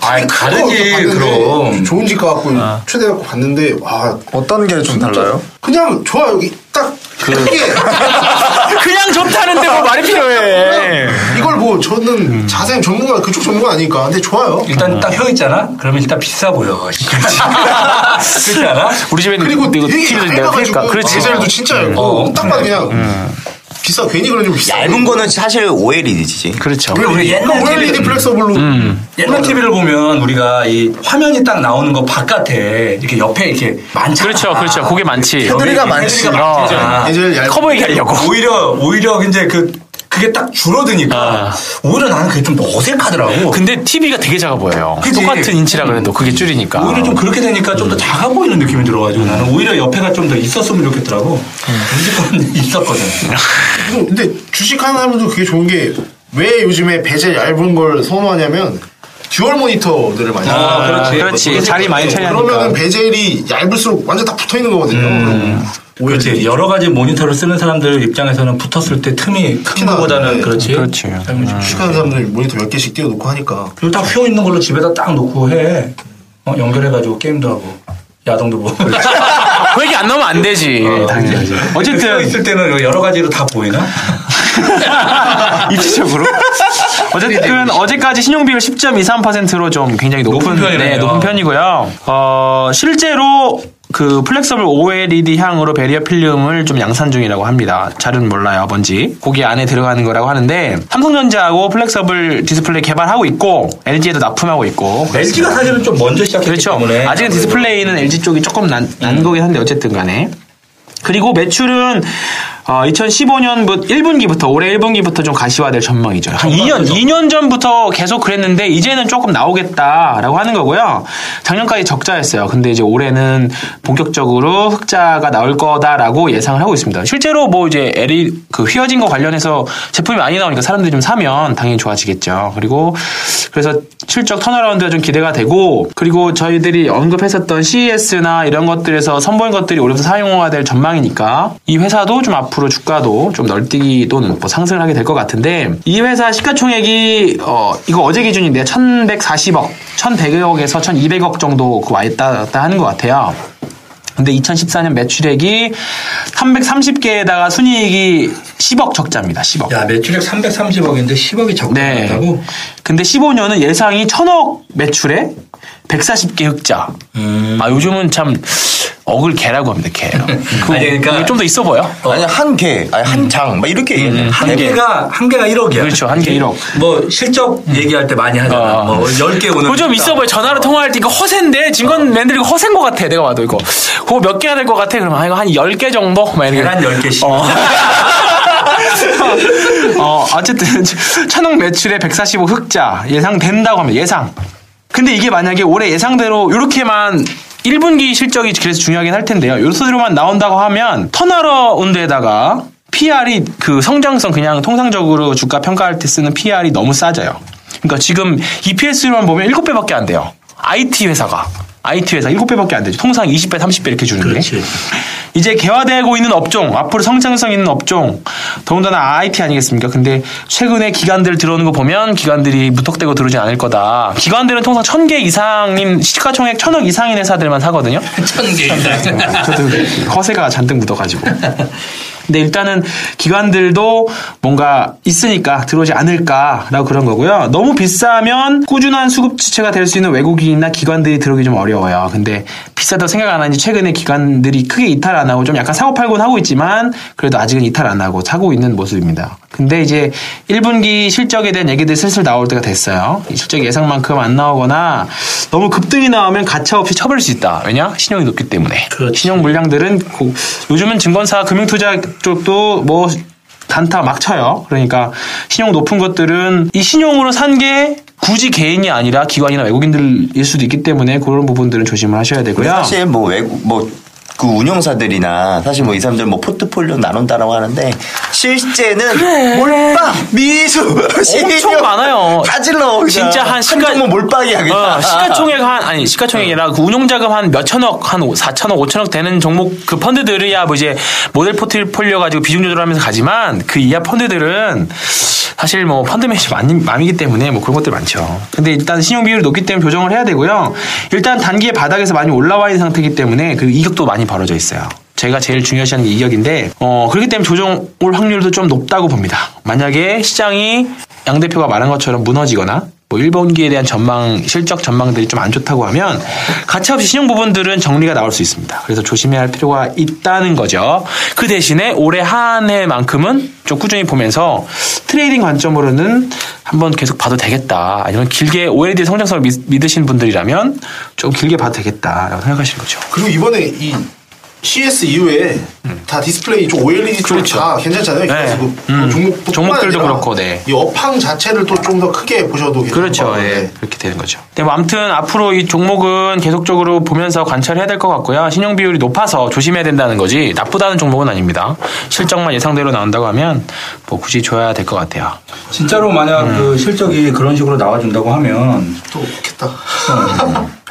Speaker 2: 아이, 다르지, 그럼.
Speaker 5: 좋은 집 가갖고
Speaker 4: 아.
Speaker 5: 초대해갖고 봤는데, 와.
Speaker 6: 어떤 게 좀 달라요?
Speaker 5: 그냥 좋아요. 여기 딱.
Speaker 4: 그
Speaker 5: 크게.
Speaker 4: 아, 그냥 좋다는데 뭐 말이 필요해.
Speaker 5: 이걸 뭐 저는 자세히 전문가, 그쪽 전문가 아니니까. 근데 좋아요.
Speaker 2: 일단 딱 휘어있잖아? 그러면 일단 비싸 보여. 그렇지 않아?
Speaker 4: 우리 집에는
Speaker 5: 그리고
Speaker 4: 이거
Speaker 5: 되게
Speaker 4: TV도 내가 그러니까
Speaker 5: 얇아가지고.
Speaker 4: 그렇지. 어. 음.
Speaker 5: 디자인도 진짜 얇고. 딱 봐도 그냥. 비싸. 괜히 그런 좀 비싸.
Speaker 3: 얇은 거는 사실 OLED지.
Speaker 4: 그렇죠.
Speaker 2: 왜 우리 옛날
Speaker 5: OLED
Speaker 2: TV를,
Speaker 5: 플렉서블로.
Speaker 4: 음.
Speaker 2: 옛날 TV를 보면 우리가 이 화면이 딱 나오는 거 바깥에 이렇게 옆에 이렇게 많잖아.
Speaker 4: 그렇죠. 그렇죠. 그게 많지.
Speaker 3: 테두리가 많지.
Speaker 2: 테두리가 많지. 아.
Speaker 4: 어.
Speaker 5: 예전에 네. 얇-
Speaker 4: 커 보이게 하려고.
Speaker 2: 오히려 오히려 이제 그 그게 딱 줄어드니까
Speaker 4: 아.
Speaker 2: 오히려 나는 그게 좀 어색하더라고.
Speaker 4: 근데 TV가 되게 작아 보여요.
Speaker 2: 그치.
Speaker 4: 똑같은 인치라 그래도 그게 줄이니까.
Speaker 2: 오히려 좀 그렇게 되니까 좀 더 작아 보이는 느낌이 들어가지고 나는 오히려 옆에가 좀 더 있었으면 좋겠더라고. 무조건 있었거든.
Speaker 5: 그리고 근데 주식하는 사람도 그게 좋은 게 왜 요즘에 베젤 얇은 걸 선호하냐면 듀얼 모니터들을 많이 하잖아요.
Speaker 4: 그렇지. 그렇지. 자리 많이 차지하니까. 음.
Speaker 5: 그러면은 베젤이 얇을수록 완전 다 붙어 있는 거거든요.
Speaker 2: 오히려 이제 여러 가지 모니터를 쓰는 사람들 입장에서는 붙었을 때 틈이 큰
Speaker 5: 티나.
Speaker 2: 것보다는
Speaker 5: 네.
Speaker 2: 그렇지.
Speaker 4: 그렇지. 음.
Speaker 5: 그러면 주식하는 사람들 모니터 몇 개씩 띄워놓고 하니까
Speaker 2: 그리고 딱 휘어 있는 걸로 집에다 딱 놓고 해. 어, 연결해가지고 게임도 하고 야동도 보고. 어,
Speaker 4: 그 얘기 안 나오면 안 되지. 당연히.
Speaker 2: 휘어
Speaker 4: 어쨌든
Speaker 2: 있을 때는 여러 가지로 다 보이나?
Speaker 4: 입체적으로. 어쨌든 어제까지 신용비율 10.23%로 좀 굉장히 높은,
Speaker 2: 네. 높은 편이네요.
Speaker 4: 네, 높은 편이고요. 어, 실제로 그 플렉서블 OLED 향으로 베리어 필름을 좀 양산 중이라고 합니다. 잘은 몰라요, 뭔지. 거기 안에 들어가는 거라고 하는데 삼성전자하고 플렉서블 디스플레이 개발하고 있고 LG에도 납품하고 있고
Speaker 2: LG가 사실은 좀 먼저 시작했기
Speaker 4: 그렇죠.
Speaker 2: 때문에 음.
Speaker 4: 아직은 디스플레이는 LG 쪽이 조금 난, 난 거긴 한데 어쨌든 간에. 그리고 매출은 2015년 1분기부터 올해 1분기부터 좀 가시화될 전망이죠. 한 2년 2년 전부터 계속 그랬는데 이제는 조금 나오겠다라고 하는 거고요. 작년까지 적자였어요. 근데 이제 올해는 본격적으로 흑자가 나올 거다라고 예상을 하고 있습니다. 실제로 뭐 이제 LE 그 휘어진 거 관련해서 제품이 많이 나오니까 사람들이 좀 사면 당연히 좋아지겠죠. 그리고 그래서 실적 턴어라운드가 좀 기대가 되고 그리고 저희들이 언급했었던 CES나 이런 것들에서 선보인 것들이 올해부터 사용화될 전망이니까 이 회사도 좀 앞으로 주가도 좀 널뛰기 또는 뭐 상승을 하게 될 것 같은데 이 회사 시가총액이 어 이거 어제 기준인데 1140억, 1100억에서 1200억 정도 그 와있다 갔다 하는 것 같아요. 근데 2014년 매출액이 330개에다가 순이익이 10억 적자입니다. 10억.
Speaker 2: 야 매출액 330억인데 10억이
Speaker 4: 네.
Speaker 2: 적다고?
Speaker 4: 근데 15년은 예상이 1000억 매출에 140개 흑자. 아, 요즘은 참 억을 개라고 합니다. 개요.
Speaker 2: 음. 아니, 그러니까-
Speaker 4: 좀 더 있어 음. 보여.
Speaker 3: 아니 한 개, 아니 한장 막 이렇게 얘기해.
Speaker 2: 한 개가 한 개가 1억이야.
Speaker 4: 음, 그렇죠, 한개 1억.
Speaker 2: 뭐 실적 얘기할 때 많이 하잖아.
Speaker 4: 어.
Speaker 2: 뭐 10개 오늘
Speaker 4: 그거 좀 있어 보여. 전화로 통화할 때 이거 허세인데
Speaker 2: 어.
Speaker 4: 증권 랜드리 이거 허세인 것 같아. 내가 봐도 이거. 그거 몇 개나 될 것 같아. 그러면 아, 이거 한 10개 정도? 막 이렇게.
Speaker 2: 계란 10개씩.
Speaker 4: 어. 어, 어쨌든 천억 매출에 145 흑자 예상된다고 합니다. 예상. 근데 이게 만약에 올해 예상대로 이렇게만 1분기 실적이 그래서 중요하긴 할 텐데요. 요소대로만 나온다고 하면 턴어라운드에다가 PR이 그 성장성 그냥 통상적으로 주가 평가할 때 쓰는 PR이 너무 싸져요. 그러니까 지금 EPS만 보면 7배밖에 안 돼요. IT 회사가. IT 회사 7배밖에 안 되죠. 통상 20배, 30배 이렇게 주는데. 이제 개화되고 있는 업종, 앞으로 성장성 있는 업종, 더군다나 IT 아니겠습니까? 근데 최근에 기관들 들어오는 거 보면 기관들이 무턱대고 들어오지 않을 거다. 기관들은 통상 1000개 이상인, 시가총액 1000억 이상인 회사들만 사거든요. 저도 허세가 잔뜩 묻어가지고. 근데 일단은 기관들도 뭔가 있으니까 들어오지 않을까라고 그런 거고요. 너무 비싸면 꾸준한 수급 지체가 될 수 있는 외국인이나 기관들이 들어오기 좀 어려워요. 근데 비싸다고 생각 안 하는지 최근에 기관들이 크게 이탈 안 하고 좀 약간 사고 팔고는 하고 있지만 그래도 아직은 이탈 안 하고 사고 있는 모습입니다. 근데 이제 1분기 실적에 대한 얘기들이 슬슬 나올 때가 됐어요. 이 실적 예상만큼 안 나오거나 너무 급등이 나오면 가차없이 쳐버릴 수 있다. 왜냐? 신용이 높기 때문에. 신용 물량들은 고- 요즘은 증권사 금융투자 쪽도 뭐 단타 막 쳐요. 그러니까 신용 높은 것들은 이 신용으로 산 게 굳이 개인이 아니라 기관이나 외국인들일 수도 있기 때문에 그런 부분들은 조심을 하셔야 되고요.
Speaker 3: 사실 뭐 외국 뭐 그 운영사들이나 사실 뭐 이 사람들 뭐 포트폴리오 나눈다라고 하는데 실제는 몰빵 미수
Speaker 4: 엄청 많아요.
Speaker 3: 가질러 그냥.
Speaker 4: 어, 진짜 한 시가-
Speaker 3: 한정문 뭐 몰빵이야 그냥
Speaker 4: 어, 시가총액 한 아니 시가총액이라 그 운용자금 한 몇천억 한 4천억 5천억 되는 종목 그 펀드들이야 뭐 이제 모델 포트폴리오 가지고 비중 조절하면서 가지만 그 이하 펀드들은 사실 뭐 펀드 매니저 맘이기 때문에 뭐 그런 것들 많죠. 근데 일단 신용 비율이 높기 때문에 조정을 해야 되고요. 일단 단기의 바닥에서 많이 올라와 있는 상태이기 때문에 그 이격도 많이 벌어져 있어요. 제가 제일 중요시하는 게 이격인데 어, 그렇기 때문에 조정 올 확률도 좀 높다고 봅니다. 만약에 시장이 양 대표가 말한 것처럼 무너지거나 뭐 1분기에 대한 전망 실적 전망들이 좀 안 좋다고 하면 가차없이 신용 부분들은 정리가 나올 수 있습니다. 그래서 조심해야 할 필요가 있다는 거죠. 그 대신에 올해 한 해만큼은 좀 꾸준히 보면서 트레이딩 관점으로는 한번 계속 봐도 되겠다. 아니면 길게 OLED 성장성을 믿, 믿으신 분들이라면 좀 길게 봐도 되겠다라고 생각하시는 거죠.
Speaker 5: 그리고 이번에 이 CS 이후에 다 디스플레이 쪽 OLED 쪽다 괜찮잖아요. 그래서 그
Speaker 4: 그렇죠. 음.
Speaker 5: 종목
Speaker 4: 종목들도 그렇고, 네.
Speaker 5: 이 업황 자체를 또 좀 더 크게 보셔도 괜찮을 것
Speaker 4: 그렇죠.
Speaker 5: 같아요.
Speaker 4: 예.
Speaker 5: 네.
Speaker 4: 그렇게 되는 거죠. 근데 뭐 아무튼 앞으로 이 종목은 계속적으로 보면서 관찰해야 될 것 같고요. 신용 비율이 높아서 조심해야 된다는 거지 나쁘다는 종목은 아닙니다. 실적만 예상대로 나온다고 하면 뭐 굳이 줘야 될 것 같아요.
Speaker 2: 진짜로 만약
Speaker 4: 음.
Speaker 2: 그 실적이 그런 식으로 나와준다고 하면
Speaker 5: 또 좋겠다.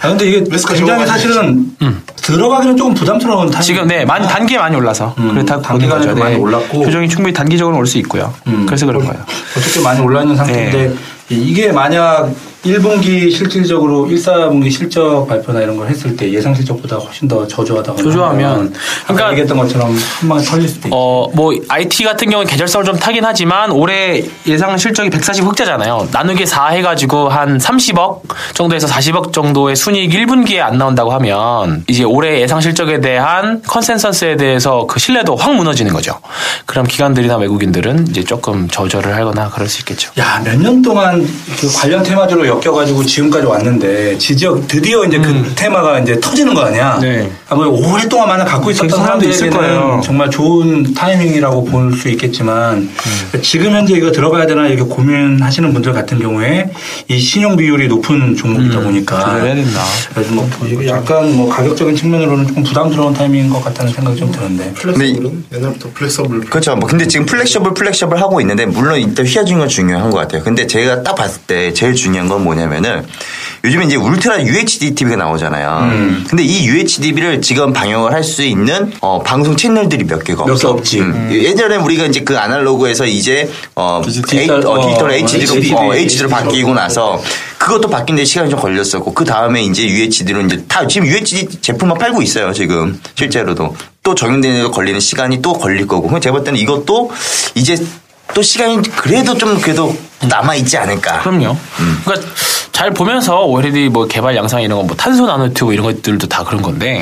Speaker 2: 아, 근데 이게
Speaker 5: 리스크가
Speaker 2: 굉장히
Speaker 5: 적어가지고.
Speaker 2: 사실은 들어가기는 조금 부담스러운 타입.
Speaker 4: 음. 지금 네 많이 단기에 많이 올라서
Speaker 2: 음,
Speaker 4: 그렇다고 보는
Speaker 2: 단기간에도
Speaker 4: 거죠.
Speaker 2: 많이
Speaker 4: 네.
Speaker 2: 올랐고.
Speaker 4: 조정이 충분히 단기적으로 올 수 있고요.
Speaker 2: 음.
Speaker 4: 그래서 그런 거예요. 네.
Speaker 2: 어떻게 많이 올라 있는 상태인데 이게 만약 1분기 실질적으로 1, 4분기 실적 발표나 이런 걸 했을 때 예상 실적보다 훨씬 더 저조하다거나
Speaker 4: 저조하면
Speaker 2: 그러니까
Speaker 4: 그러니까-
Speaker 2: 얘기했던 것처럼 한방에 털릴 수도 있고
Speaker 4: 어, 뭐, IT 같은 경우는 계절성을 좀 타긴 하지만 올해 예상 실적이 140 흑자잖아요. 나누기 4 해가지고 한 30억 정도에서 40억 정도의 순이익 1분기에 안 나온다고 하면 이제 올해 예상 실적에 대한 컨센서스에 대해서 그 신뢰도 확 무너지는 거죠. 그럼 기관들이나 외국인들은 이제 조금 저절을 하거나 그럴 수 있겠죠.
Speaker 2: 야, 몇 년 동안 그 관련 테마주로 엮여가지고 지금까지 왔는데, 드디어, 드디어 이제 그 테마가 이제 터지는 거 아니야?
Speaker 4: 음. 네.
Speaker 2: 아마 오랫동안만 갖고 있었던
Speaker 4: 계속 사람도 있을 거예요.
Speaker 2: 사람들에게는 정말 좋은 타이밍이라고 볼 수 있겠지만,
Speaker 4: 음.
Speaker 2: 지금 현재 이거 들어가야 되나 이렇게 고민하시는 분들 같은 경우에, 이 신용 비율이 높은 종목이다 보니까.
Speaker 4: 그래야 음. 된다.
Speaker 2: 그래서 뭐, 이거 약간 뭐 가격적인 측면으로는 조금 부담스러운 타이밍인 것 같다는 생각이 좀 드는데.
Speaker 5: 플렉서블은 옛날부터 플렉서블.
Speaker 3: 그렇죠. 뭐 근데 지금 플렉셔블 플렉셔블 하고 있는데 물론 일단 휘어진 건 중요한 것 같아요. 근데 제가 딱 봤을 때 제일 중요한 건 뭐냐면은 요즘에 이제 울트라 UHD TV가 나오잖아요.
Speaker 2: 음.
Speaker 3: 근데 이 UHD를 지금 방영을 할 수 있는 어, 방송 채널들이 몇 개가
Speaker 2: 몇개
Speaker 3: 없어.
Speaker 2: 없지.
Speaker 3: 음. 예전에 우리가 이제 그 아날로그에서 이제 어,
Speaker 2: 디지털,
Speaker 3: 에이- 어, 디지털
Speaker 2: 어,
Speaker 3: HD로
Speaker 2: HD.
Speaker 3: 어, HD로 바뀌고 나서 그것도 바뀌는데 시간이 좀 걸렸었고 그 다음에 이제 UHD로 이제 다 지금 UHD 제품만 팔고 있어요 지금 실제로도 또 적용되는 데 걸리는 시간이 또 걸릴 거고 그럼 제가 볼 때는 이것도 이제 또 시간이 그래도 좀 그래도 남아 있지 않을까.
Speaker 4: 그럼요. 그러니까 잘 보면서 OECD 뭐 개발 양상 이런 거 뭐 탄소 나노튜브 이런 것들도 다 그런 건데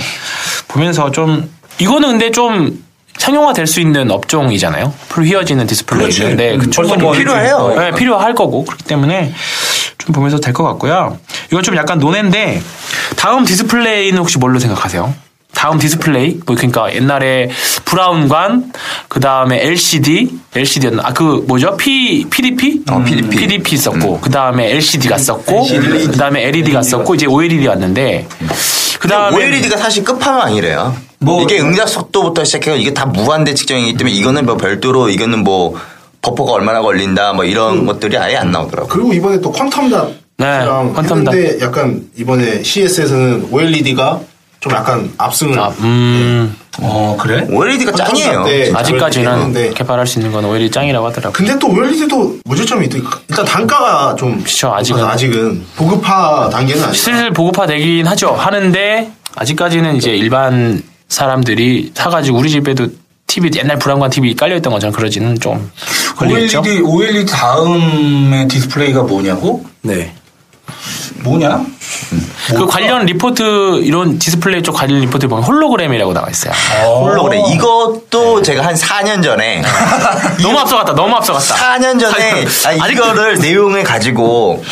Speaker 4: 보면서 좀 이거는 근데 좀 상용화 될 수 있는 업종이잖아요. 풀 휘어지는 디스플레이인데 그 충분히
Speaker 3: 뭐 필요해요.
Speaker 4: 네, 필요할 거고 그렇기 때문에 좀 보면서 될 것 같고요. 이건 좀 약간 논의인데 다음 디스플레이는 혹시 뭘로 생각하세요? 다음 디스플레이 뭐 그러니까 옛날에 브라운관 그 다음에 LCD LCD였나 아 그 뭐죠 P 음, PDP
Speaker 3: PDP.
Speaker 4: PDP 썼고 그 다음에 LCD가 썼고 그 다음에 LED가 썼고 이제 OLED 왔는데 그 다음에
Speaker 3: OLED가 사실 끝판왕이래요.
Speaker 4: 뭐
Speaker 3: 이게 응답 속도부터 시작해서 이게 다 무한대 측정이기 때문에 이거는 뭐 별도로 이거는 뭐 버퍼가 얼마나 걸린다 뭐
Speaker 4: 음.
Speaker 3: 이런 것들이 아예 안 나오더라고.
Speaker 5: 그리고 이번에 또 퀀텀닷.
Speaker 4: 네,
Speaker 5: 랑
Speaker 4: 퀀텀닷.
Speaker 5: 했는데 약간 이번에 CS에서는 OLED가 좀 약간 압승을
Speaker 4: 아, 음
Speaker 2: 어 그래?
Speaker 3: OLED가
Speaker 5: 퀀텀닷
Speaker 3: 짱이에요.
Speaker 5: 때
Speaker 3: 진짜.
Speaker 4: 아직까지는
Speaker 5: 했는데.
Speaker 4: 개발할 수 있는 건 OLED 짱이라고 하더라고. 요
Speaker 5: 근데 또 OLED도 문제점이 있다. 일단 단가가 좀
Speaker 4: 그쵸, 아직은.
Speaker 5: 아직은 보급화 단계는 아니야.
Speaker 4: 슬슬 보급화 되긴 하죠. 하는데 아직까지는 이제 일반 사람들이 사가지고 우리 집에도 TV 옛날 브라운관 TV 깔려있던 것처럼 그러지는 좀 걸리겠죠.
Speaker 2: OLED, OLED 다음에 디스플레이가 뭐냐고?
Speaker 4: 네.
Speaker 2: 뭐냐?
Speaker 4: 그 관련 리포트 이런 디스플레이 쪽 관련 리포트 보면 홀로그램이라고 나와 있어요. 네.
Speaker 3: 홀로그램 이것도 제가 한 4년 전에
Speaker 4: 너무 앞서갔다. 너무 앞서갔다.
Speaker 3: 4년 전에 아, 이거를 내용을 가지고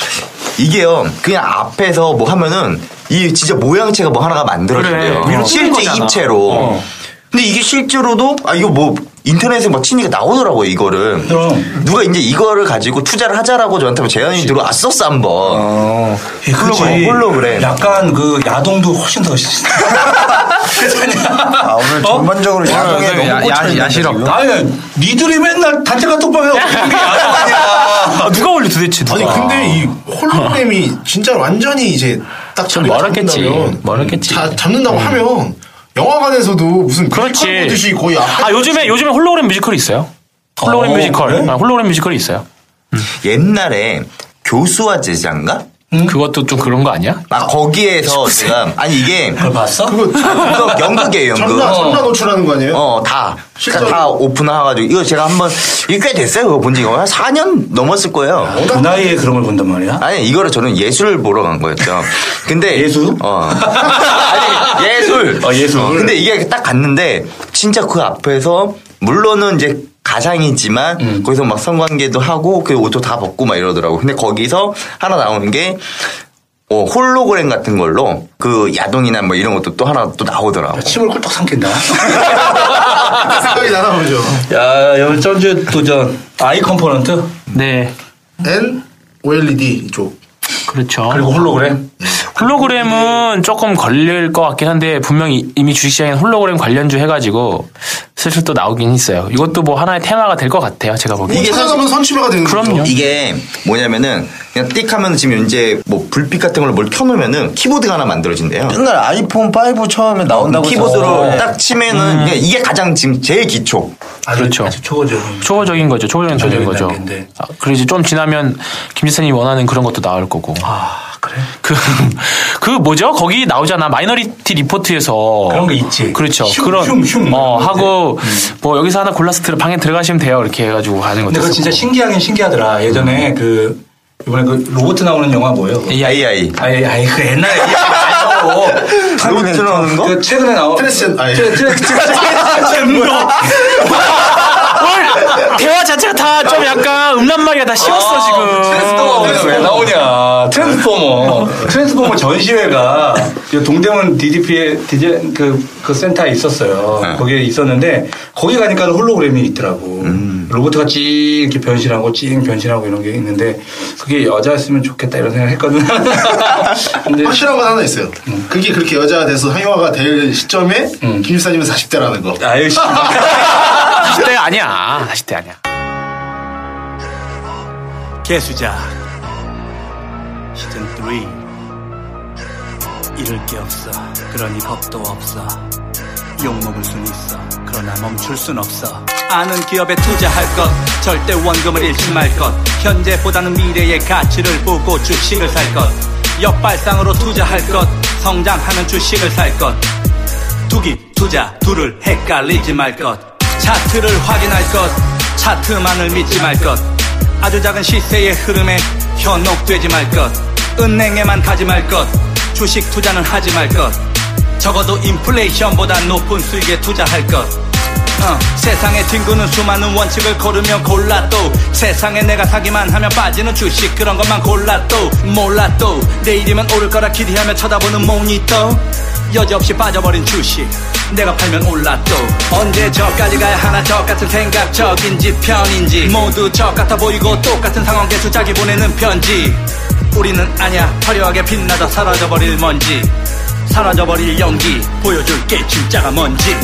Speaker 3: 이게요 그냥 앞에서 뭐 하면은 이 진짜 모양체가 뭐 하나가 만들어진대요
Speaker 4: 그래. 위로 치는
Speaker 3: 실제
Speaker 4: 거잖아.
Speaker 3: 입체로
Speaker 4: 어.
Speaker 3: 근데 이게 실제로도 아 이거 뭐 인터넷에 뭐 치니까 나오더라고요 이거를
Speaker 2: 그럼.
Speaker 3: 누가 이제 이거를 가지고 투자를 하자라고 저한테 뭐 제안이 들어왔었어 한번
Speaker 2: 예, 그렇지.
Speaker 3: 홀로그램, 홀로그램.
Speaker 2: 약간 그 야동도 훨씬 더. 시-
Speaker 6: 아, 오늘 전반적으로 야동에 너무
Speaker 11: 야- 야-
Speaker 6: 꽂혀있는데
Speaker 11: 야시럽다.
Speaker 6: 지금?
Speaker 2: 아니, 니들이 맨날 단체 카톡방에 올리는 게 야동 아니야.
Speaker 4: 아, 누가 올려 도대체 누가?
Speaker 5: 아니 근데 이 홀로그램이 진짜 완전히 이제 딱
Speaker 4: 좀
Speaker 5: 자리를
Speaker 4: 멀었겠지.
Speaker 5: 잡는다면,
Speaker 4: 멀었겠지. 음.
Speaker 5: 자, 잡는다고 하면 영화관에서도 무슨 뮤지컬
Speaker 4: 그렇지.
Speaker 5: 보듯이 거의 앞에
Speaker 4: 아 요즘에 요즘에 홀로그램 뮤지컬이 있어요. 홀로그램
Speaker 2: 어,
Speaker 4: 뮤지컬.
Speaker 2: 그래?
Speaker 4: 아, 홀로그램 뮤지컬이 있어요.
Speaker 3: 옛날에 교수와 제자인가
Speaker 4: 그것도 좀 그런 거 아니야?
Speaker 3: 막 거기에서 제가 아니 이게
Speaker 2: 그걸 봤어?
Speaker 4: 아,
Speaker 3: 연극, 연극이에요 연극
Speaker 4: 어.
Speaker 5: 전라 전라 노출하는 거 아니에요?
Speaker 3: 어, 다.
Speaker 5: 실제로?
Speaker 3: 다 오픈해가지고. 이거 제가 한 번, 이게 꽤 됐어요. 그거 본 지가. 한 4년 넘었을 거예요.
Speaker 2: 그 나이에 그런 걸 본단 말이야?
Speaker 3: 아니, 이거를 저는 예술을 보러 간 거였죠. 근데.
Speaker 2: 예수?
Speaker 3: 어. 아니, 예술.
Speaker 2: 어, 예술.
Speaker 3: 근데 이게 딱 갔는데, 진짜 그 앞에서, 물론은 이제, 가상이지만 거기서 막 성관계도 하고 그 옷도 다 벗고 막 이러더라고. 근데 거기서 하나 나오는 게 어, 홀로그램 같은 걸로 그 야동이나 뭐 이런 것도 또 하나 또 나오더라고.
Speaker 2: 침을 꿀떡 삼킨다.
Speaker 5: 생각이 나나 보죠.
Speaker 2: 야, 여기 전주 도전. 아이 컴포넌트?
Speaker 4: 네.
Speaker 5: N OLED 이쪽.
Speaker 4: 그렇죠.
Speaker 2: 그리고 홀로그램?
Speaker 4: 홀로그램은 조금 걸릴 것 같긴 한데 분명히 이미 주식시장에 홀로그램 관련주 해가지고 슬슬 또 나오긴 있어요. 이것도 뭐 하나의 테마가 될 것 같아요. 제가 보기엔.
Speaker 3: 이게
Speaker 5: 이게 찾아가면 선취배가 되는 거죠.
Speaker 4: 그럼요.
Speaker 3: 이게 뭐냐면은 그냥 띡 하면 지금 이제 뭐 불빛 같은 걸 뭘 켜놓으면은 키보드가 하나 만들어진대요.
Speaker 4: 그렇죠.
Speaker 6: 옛날 아이폰 5 처음에 나온다고
Speaker 3: 키보드로
Speaker 4: 네.
Speaker 6: 했었는데
Speaker 3: 딱
Speaker 4: 음.
Speaker 3: 치면은 그냥 이게 가장 지금 제일 기초.
Speaker 2: 아주,
Speaker 4: 그렇죠.
Speaker 2: 아주 초보적인.
Speaker 4: 초보적인 거죠. 초보적인 초보적인 거죠.
Speaker 2: 단계인데.
Speaker 4: 아, 그리고 이제 좀 지나면 김지선이 원하는 그런 것도 나올 거고.
Speaker 2: 아, 그래?
Speaker 4: 그, 그 뭐죠? 거기 나오잖아. 마이너리티 리포트에서.
Speaker 2: 그런 게 있지.
Speaker 4: 그렇죠.
Speaker 2: 흉,
Speaker 4: 그런.
Speaker 2: 흉, 흉.
Speaker 4: 어, 하고 뭐 여기서 하나 골라서 들- 방에 들어가시면 돼요. 이렇게 해가지고 하는 것도
Speaker 2: 음. 근데 그거 진짜
Speaker 4: 있었고.
Speaker 2: 신기하긴 신기하더라. 예전에 그, 이번에 그 로봇 나오는 영화 뭐예요? 그거?
Speaker 3: AI. AI.
Speaker 2: 아예 아예 그 옛날에
Speaker 3: 로봇트나오는 거?
Speaker 2: 그 최근에 나온
Speaker 5: 트랜스젠- 아니.
Speaker 2: 트랜스젠더
Speaker 4: 뭘! 대화 자체가 다 좀 약간 음란말이가 다
Speaker 2: 아,
Speaker 4: 씌웠어 지금.
Speaker 2: 트랜스포머가 왜 나오냐 트랜스포머 트랜스포머 전시회가 이 동대문 DDP의 디제 그, 그 센터에 있었어요 거기에 있었는데 거기 가니까 홀로그램이 있더라고 로봇가 찡 이렇게 변신하고 찡 변신하고 이런 게 있는데 그게 여자였으면 좋겠다 이런 생각 했거든 근데
Speaker 5: 확실한 건 하나 있어요. 그게 그렇게 여자가 돼서 상용화가 될 시점에
Speaker 2: 음.
Speaker 5: 김 기사님은 40대라는 거.
Speaker 2: 아유 씨
Speaker 4: 40대 아니야. 40대 아니야.
Speaker 7: 개수작 시즌 3 잃을 게 없어 그러니 겁도 없어 욕먹을 순 있어 그러나 멈출 순 없어 아는 기업에 투자할 것 절대 원금을 잃지 말 것 현재보다는 미래의 가치를 보고 주식을 살 것 역발상으로 투자할 것 성장하는 주식을 살것 투기, 투자, 둘을 헷갈리지 말 것. 차트를 확인할 것. 차트만을 믿지 말 것. 아주 작은 시세의 흐름에 현혹되지 말 것 은행에만 가지 말 것 주식 투자는 하지 말 것 적어도 인플레이션보다 높은 수익에 투자할 것 어, 세상에 친구는 수많은 원칙을 걸으며 골라 또 세상에 내가 사기만 하면 빠지는 주식 그런 것만 골라 또 몰라 또 내일이면 오를 거라 기대하며 쳐다보는 모니터 여지없이 빠져버린 주식 내가 팔면 올라 또 언제 저까지 가야 하나 저 같은 생각 적인지 편인지 모두 저 같아 보이고 똑같은 상황 계속 자기 보내는 편지 우리는 아냐 화려하게 빛나다 사라져버릴 먼지 사라져버릴 연기 보여줄게 진짜가 뭔지